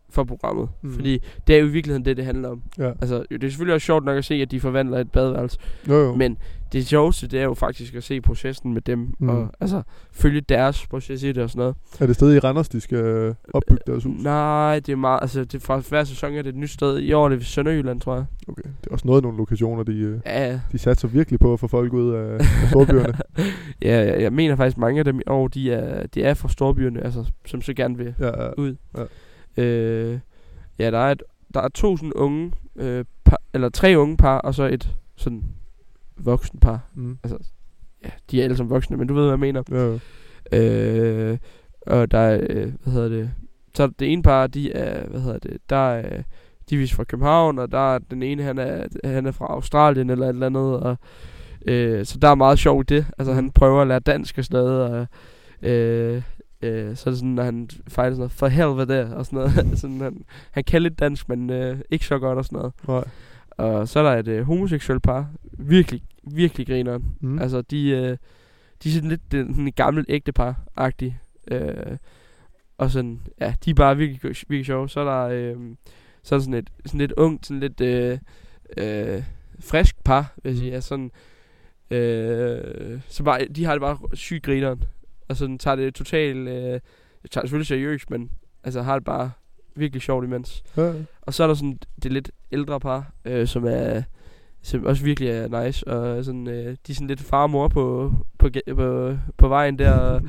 S2: for programmet.
S1: Mhm.
S2: Mm. Fordi det er jo i virkeligheden det, det handler om.
S1: Ja.
S2: Altså, jo, det er selvfølgelig også sjovt nok at se, at de forvandler et badeværelse.
S1: Jo, jo.
S2: Men det sjoveste, det er jo faktisk at se processen med dem.
S1: Mm.
S2: Mm. Og altså, følge deres proces i det og sådan noget.
S1: Er det stadig i Randers, de skal øh, opbygge deres hus?
S2: Nej, det er meget, altså det er fra hver sæson er det et nyt sted. I år er det ved Sønderjylland, tror jeg.
S1: Okay. Det er også noget af nogle lokationer, de, øh,
S2: Ja, ja.
S1: de satser virkelig på at få folk ud af, af
S2: [LAUGHS]
S1: storbyerne.
S2: ja, ja, jeg mener faktisk, mange af dem i år, de er, de er fra storbyerne, altså, som så gerne vil
S1: ja, ja.
S2: ud.
S1: Ja.
S2: Øh, ja, der er, et, der er 1000 unge, øh, par, eller tre unge par, og så et sådan voksen par.
S1: Mm.
S2: Ja, de er alle sammen voksne, men du ved, hvad jeg mener.
S1: Ja, ja.
S2: Øh, og der er, øh, hvad hedder det, så det ene par, de er, hvad hedder det, der er, øh, de er vist fra København, og der er den ene, han er, han er fra Australien eller et eller andet, og øh, så der er meget sjovt i det. Altså, han prøver at lære dansk og sådan noget, og øh, øh, så er det sådan, når han fejler sådan noget, for helvede der, og sådan noget. [LAUGHS] sådan, han, han kan lidt dansk, men øh, ikke så godt og sådan noget.
S1: Nej.
S2: Og så er der et øh, homoseksuelt par, virkelig, virkelig griner
S1: Mm.
S2: Mm.
S1: Altså,
S2: Altså, de, øh, de er sådan lidt den, sådan et gammelt ægtepar-agtige. Øh, og sådan, ja, de er bare virkelig, virkelig sjove. Så er der øh, så er der sådan et, sådan et ungt, sådan lidt øh, øh, frisk par, vil jeg sige. Ja, sådan, øh, så bare, de har det bare sygt grineren. Og sådan tager det totalt, øh, jeg tager det selvfølgelig seriøst, men altså har det bare virkelig sjovt imens.
S1: ja. ja.
S2: Og så er der sådan det lidt ældre par, øh, som er som også virkelig er nice, og sådan, øh, de er sådan lidt far og mor på, på, ga- på, på vejen der,
S1: [LAUGHS]
S2: og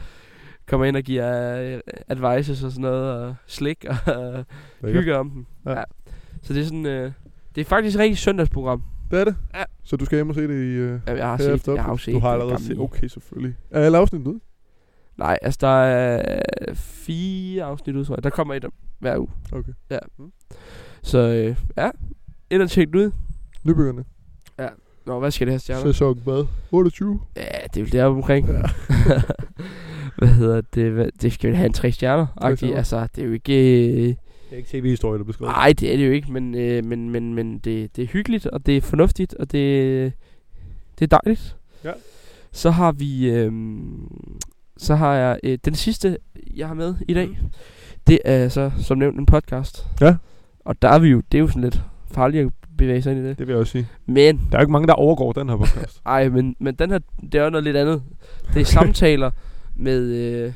S2: kommer ind og giver øh, advices og sådan noget, og slik, og
S1: [LAUGHS] Lækkert.
S2: hygge om dem.
S1: Ja.
S2: Ja. ja. Så det er sådan, øh, det er faktisk et rigtig søndagsprogram.
S1: Det er det.
S2: Ja.
S1: Så du skal hjem og se det i... Øh,
S2: Jamen, Jeg har
S1: her
S2: set,
S1: efter
S2: jeg har jo
S1: optagelsen.
S2: set
S1: Du har
S2: det
S1: allerede
S2: gamle.
S1: set... Okay, selvfølgelig. Er alle afsnit ude?
S2: Nej, altså der er øh, fire afsnit ud, tror jeg. Der kommer et om hver uge.
S1: Okay.
S2: Ja.
S1: Mm.
S2: Så øh, ja, ind og tjek det ud.
S1: Nybyggerne.
S2: Nå, hvad skal det her stjerner?
S1: Sæson hvad? 28?
S2: Ja, det er jo deroppe omkring. Ja. [LAUGHS] hvad hedder det? Hvad- Det skal jo have en tre stjerner.
S1: Tre
S2: Okay,
S1: stjerner.
S2: altså, det er jo ikke...
S1: Det er ikke tv-historie, der beskrevet.
S2: Nej, det er det jo ikke, men, øh, men, men, men det, det er hyggeligt, og det er fornuftigt, og det, det er dejligt.
S1: Ja.
S2: Så har vi... Øh, så har jeg øh, den sidste, jeg har med i dag.
S1: Mm.
S2: Mm. Det er så, som nævnt, en podcast.
S1: Ja.
S2: Og der er vi jo... Det er jo sådan lidt farligt at bevæge sig ind i det.
S1: Det vil jeg også sige.
S2: Men
S1: Der er jo ikke mange, der overgår den her podcast.
S2: Ej, men, men den her, det er jo noget lidt andet. Det er samtaler med, øh,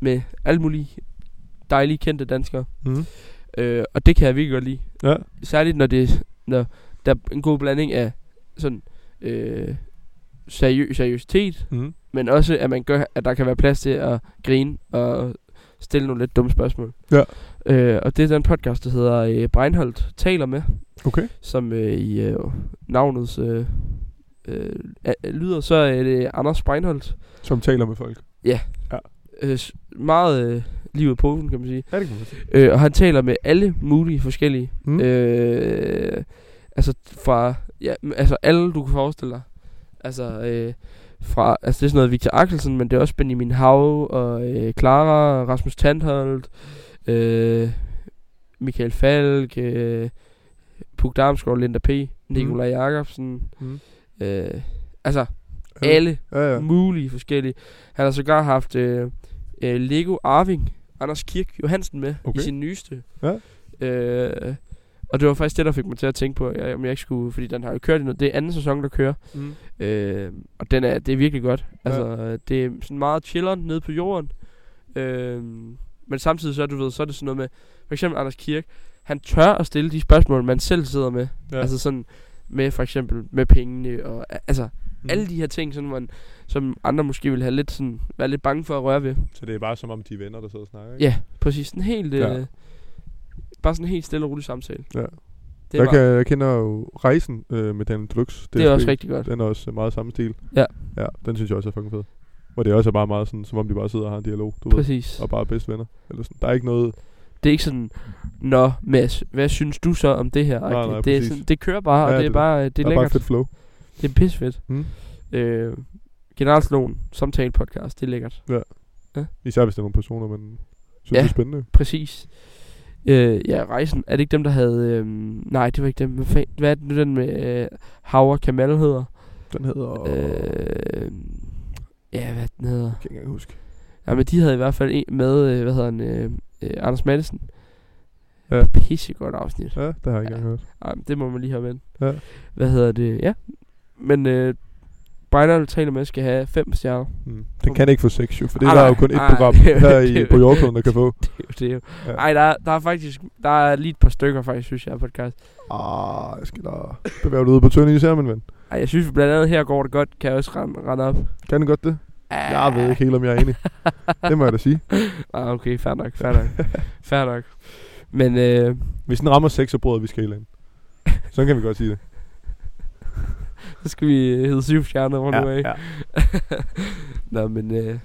S2: med alle mulige dejlige kendte danskere.
S1: [LAUGHS] mm.
S2: Øh, og det kan jeg virkelig godt lide.
S1: Ja.
S2: Særligt når, det, når der er en god blanding af sådan øh, seriø- seriøsitet,
S1: Mm.
S2: men også at man gør, at der kan være plads til at grine og stille nogle lidt dumme spørgsmål.
S1: Ja.
S2: Øh, og det er den podcast, der hedder øh, Breinholt taler med
S1: Okay.
S2: som øh, i øh, navnets øh, øh, a- lyder, så er det Anders Breinholt.
S1: Som taler med folk.
S2: Øh, s- meget øh, livet på den, kan man sige.
S1: Ja, det kan man sige.
S2: Øh, og han taler med alle mulige forskellige.
S1: Mm.
S2: Mm. Øh, altså fra, ja, m- altså alle du kan forestille dig. Altså, øh, fra, altså det er sådan noget Victor Axelsen, men det er også Benjamin Hav og øh, Clara, Rasmus Tandholt, øh, Michael Falk, øh, Puk Damsgaard, Linda P., Nikolaj Jacobsen.
S1: Mm.
S2: Mm. Øh, altså, alle
S1: Ja, ja.
S2: ja. mulige forskellige. Han har sågar haft øh, øh, Lego Arving, Anders Kirk Johansen med
S1: Okay.
S2: i sin nyeste.
S1: Ja.
S2: Øh, og det var faktisk det, der fik mig til at tænke på, ja, om jeg ikke skulle, fordi den har jo kørt endnu. Det er anden sæson, der kører.
S1: Mm.
S2: Øh, og den er, det er virkelig godt.
S1: Ja.
S2: Altså, øh, det er sådan meget chilleren nede på jorden. Øh, men samtidig så, du ved, så er det sådan noget med, for eksempel Anders Kirk, han tør at stille de spørgsmål, man selv sidder med.
S1: Ja.
S2: Ja. Altså sådan med for eksempel med pengene og altså
S1: Mm.
S2: Mm. Alle de her ting, sådan, man, som andre måske ville have lidt sådan, være lidt bange for at røre ved.
S1: Så det er bare som om, de er venner, der sidder og snakker, ikke?
S2: Ja, præcis. En helt,
S1: Ja.
S2: ja. øh, bare sådan en helt stille og rolig samtale.
S1: Ja.
S2: Det,
S1: jeg,
S2: var,
S1: kan,
S2: kan,
S1: jeg kender jo Rejsen øh, med Daniel Deluxe.
S2: det er også
S1: DSB.
S2: rigtig godt.
S1: Den er også øh, meget samme stil.
S2: Ja.
S1: Ja, den synes jeg også er fucking fed. Hvor det også er bare meget sådan, som om de bare sidder og har en dialog, du ved.
S2: Præcis.
S1: Og bare er bedste venner. Eller sådan. Der er ikke noget...
S2: Det er ikke sådan, Nå, Mads, hvad synes du så om det her?
S1: Nej, nej,
S2: Agtigt. det, er
S1: præcis.
S2: sådan, det kører bare, og
S1: Ja,
S2: det
S1: det
S2: er
S1: er
S2: bare, det, det
S1: der
S2: er
S1: er bare et
S2: lækkert.
S1: fedt flow.
S2: det er pissfedt.
S1: Mm.
S2: Øh, Generelt Lån, samtale podcast, det er lækkert.
S1: Især hvis det er nogle personer, man synes ja.
S2: Ja.
S1: er spændende.
S2: Præcis. Øh, ja, Rejsen, er det ikke dem, der havde... Øh, nej, det var ikke dem. Hvad fanden- Hvad er det nu, den med øh, Hauer Kamal hedder?
S1: Den hedder... Øh.
S2: Øh, ja, hvad den hedder.
S1: Jeg kan ikke engang huske.
S2: Ja, men de havde i hvert fald en med, øh, hvad hedder han, øh, øh, Anders Madsen.
S1: Ja.
S2: Ja. Pissegodt afsnit.
S1: Ja, det har jeg ikke engang hørt.
S2: Ej, men det må man lige have vendt.
S1: Ja.
S2: Hvad hedder det? Ja. Men øh, Breinholt taler med skal have fem stjerner.
S1: Mm. Den kan ikke få sex, jo, for det er
S2: Ah,
S1: der
S2: nej,
S1: jo kun et
S2: nej,
S1: program
S2: det er jo-
S1: her
S2: det er
S1: i,
S2: jo-
S1: på jordkloden, der kan få.
S2: Det er jo- det er jo.
S1: Ja.
S2: Ja. Ej, der, er- der er faktisk, der er lige et par stykker faktisk, synes jeg, af podcast.
S1: Ah, jeg skal da bevæge dig ude på tynd is her, min ven.
S2: Ej, jeg synes blandt andet her går det godt, kan jeg også rende, rende op.
S1: Kan den godt det?
S2: Ah,
S1: Jeg ved ikke helt, om jeg er enig. det må jeg da sige.
S2: Ah, okay, fair nok, fair [LAUGHS] nok. fair nok. Men øh,
S1: Hvis den rammer sex, så bryder vi skalaen. Sådan kan vi godt sige det.
S2: Så skal vi øh, hedde syv stjerner fra nu af.
S1: ja.
S2: Nå, men øh,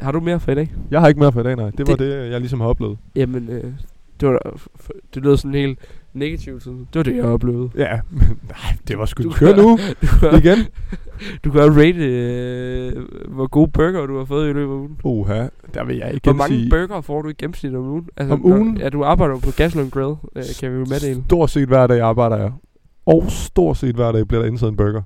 S2: har du mere for i dag?
S1: Jeg har ikke mere for i dag, nej. Det var
S2: Det-
S1: det, jeg ligesom har oplevet.
S2: Jamen, øh, det, var, da- f- f- det lyder sådan helt negativt. Sådan. Det var det, jeg oplevede.
S1: Ja, men [LAUGHS] nej, det var sgu...
S2: Du
S1: Kør
S2: kan-
S1: nu
S2: [LAUGHS] Du kan,
S1: igen.
S2: du kan også rate, øh, hvor gode burger du har fået i løbet af ugen.
S1: Oha, der vil jeg igen
S2: Hvor mange
S1: sige...
S2: burger får du i gennemsnit om ugen? Altså,
S1: Om
S2: når-
S1: ugen?
S2: Ja, du arbejder jo på Gaslund Grill, øh, kan vi jo meddele.
S1: Stort set hver dag arbejder jeg. Og stort set hver dag bliver der indsat en burger.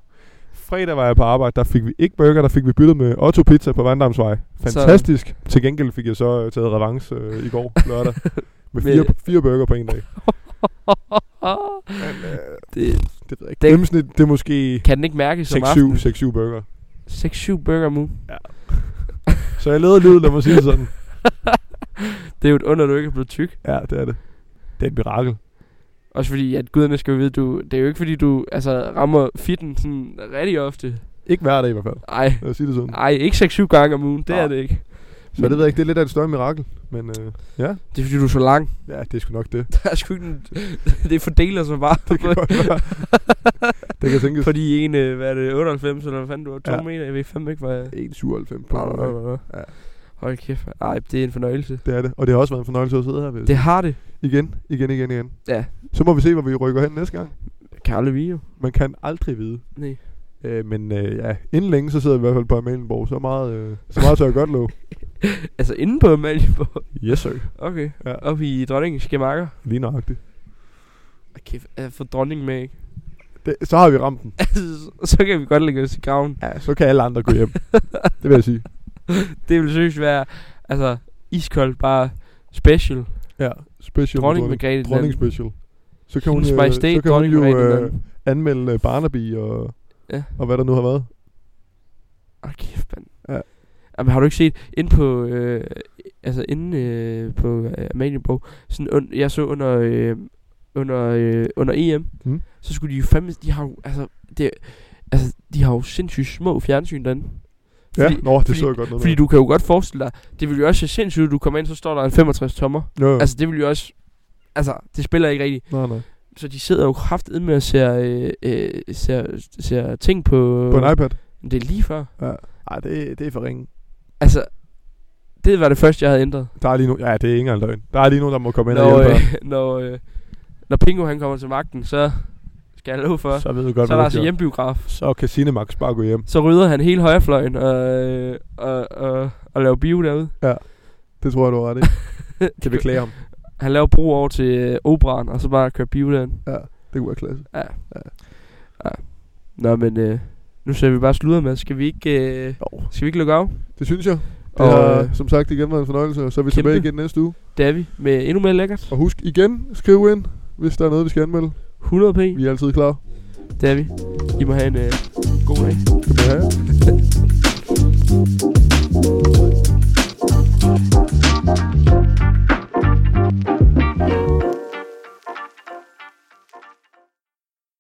S1: Fredag var jeg på arbejde, der fik vi ikke burger, der fik vi byttet med Otto Pizza på Vandamsvej. Fantastisk. Til gengæld fik jeg så øh, taget revanche øh, i går
S2: [LAUGHS]
S1: lørdag. Med
S2: Med-
S1: fire, fire burger på en dag.
S2: det,
S1: Det ved jeg ikke.
S2: Det-
S1: Gennemsnit, det er måske
S2: kan den ikke mærkes om aftenen?
S1: 6-7 burger.
S2: 6-7 burger om ugen.
S1: Så jeg leder livet, lad mig sige det
S2: [LAUGHS]
S1: sådan.
S2: Det er jo et under, du ikke er blevet tyk.
S1: Ja, det er det. Det er et mirakel.
S2: Også fordi, at guderne skal jo vide, du, det er jo ikke fordi, du altså, rammer fitten sådan rigtig ofte.
S1: Ikke hver dag i hvert fald.
S2: Ej,
S1: Lad os sige det sådan.
S2: ej ikke 6-7 gange om ugen, det
S1: Nej.
S2: er det ikke.
S1: Så det ved jeg ikke, det er lidt af et større mirakel. Men øh, ja.
S2: Det er fordi, du er så lang.
S1: ja, det er sgu
S2: [LAUGHS]
S1: nok det.
S2: Der er sgu ikke en, det fordeler sig bare.
S1: Det kan godt
S2: [LAUGHS]
S1: være. det kan tænkes.
S2: Fordi en, øh, hvad er det, 98, eller hvad fanden du er, 2
S1: Ja.
S2: ja. meter, jeg ved fandme ikke, hvad...
S1: 1,97 på.
S2: Bla, bla, bla, bla.
S1: Ja.
S2: Hold kæft, ej, det er en fornøjelse.
S1: Det er det. Og det har også været en fornøjelse at sidde her. Ved.
S2: Det har det.
S1: Igen, igen, igen, igen.
S2: Ja.
S1: Så må vi se, hvor vi rykker hen næste gang.
S2: Karle Vio.
S1: Man kan aldrig vide.
S2: Nej.
S1: Øh, men øh, ja, inden længe, så sidder vi i hvert fald på Amalienborg. Så meget, øh, så meget tør jeg godt love.
S2: Altså inde på Amalienborg.
S1: Yes, sir.
S2: Okay.
S1: Ja.
S2: Ja. Oppe i dronningens gemakker.
S1: Lige nøjagtigt.
S2: Ej, kæft, jeg får dronningen med, ikke? [LAUGHS]
S1: Det, så har vi ramt den.
S2: Altså, så kan vi godt lægge os i graven.
S1: Ja, så kan alle andre gå hjem. det vil jeg
S2: [LAUGHS]
S1: sige.
S2: Det ville synes være, altså, iskoldt bare special.
S1: Ja, special.
S2: Dronning
S1: med
S2: Margrethe den
S1: Dronning
S2: anden.
S1: special. Så kan hun,
S2: Hendes
S1: øh, så
S2: majestæt,
S1: kan hun
S2: dronning
S1: jo
S2: Margrethe den
S1: øh,
S2: anden.
S1: anmelde øh, Barnaby og,
S2: Ja.
S1: og hvad der nu har været.
S2: Ej, kæft, mand.
S1: Ja.
S2: Jamen, har du ikke set, ind på, øh, altså inde øh, på øh, Amalienborg, sådan un, jeg så under, øh, under, øh, under EM,
S1: Mm.
S2: mm. så skulle de jo fandme, de har jo, altså, det, altså, de har jo sindssygt små fjernsyn derinde.
S1: Ja,
S2: Fordi-
S1: nå, det
S2: fordi-
S1: så jeg godt noget
S2: Fordi
S1: med.
S2: du kan jo godt forestille dig, det ville jo også se sindssygt ud, du kommer ind, så står der en 65 tommer.
S1: Jo, jo.
S2: Altså, det ville jo også, altså, det spiller ikke rigtigt.
S1: nej, nej.
S2: Så de sidder jo kraftedt med at ser, øh, øh, ser, ser ting på...
S1: På en iPad.
S2: Men Det er lige før.
S1: Ja. Ej, det, det er for ringe.
S2: Altså, det var det første, jeg havde ændret.
S1: Der er lige nu, ja, det er ikke engang løgn. Der er lige nu, der må komme ind og
S2: når,
S1: hjælpe
S2: øh, [LAUGHS] når, øh, når Pingo han kommer til magten, så skal jeg love for,
S1: dig.
S2: så,
S1: Så ved du godt,
S2: så er der
S1: hvad
S2: altså
S1: du gjorde.
S2: hjembiograf.
S1: Så kan Cinemax bare gå hjem.
S2: Så rydder han hele højrefløjen og, øh, og, og, og laver bio derude.
S1: Det tror jeg, du har
S2: [LAUGHS]
S1: ret i. Kan beklage ham.
S2: Han laver bro over til øh, operan, og så bare kører bio derinde.
S1: Ja, det kunne være klasse.
S2: Nå, men øh, nu ser vi bare sludder med. Skal vi ikke, øh,
S1: Jo.
S2: skal vi ikke lukke af?
S1: Det synes jeg. Det
S2: Og,
S1: har
S2: øh,
S1: som sagt igen været en fornøjelse, og så er vi
S2: kæmpe.
S1: tilbage igen næste uge.
S2: Det er vi med endnu mere lækkert.
S1: Og husk igen, skriv ind, hvis der er noget, vi skal anmelde.
S2: 100 p.
S1: Vi er altid klar.
S2: Det er vi. I må have en øh, god dag.
S1: Skal vi have?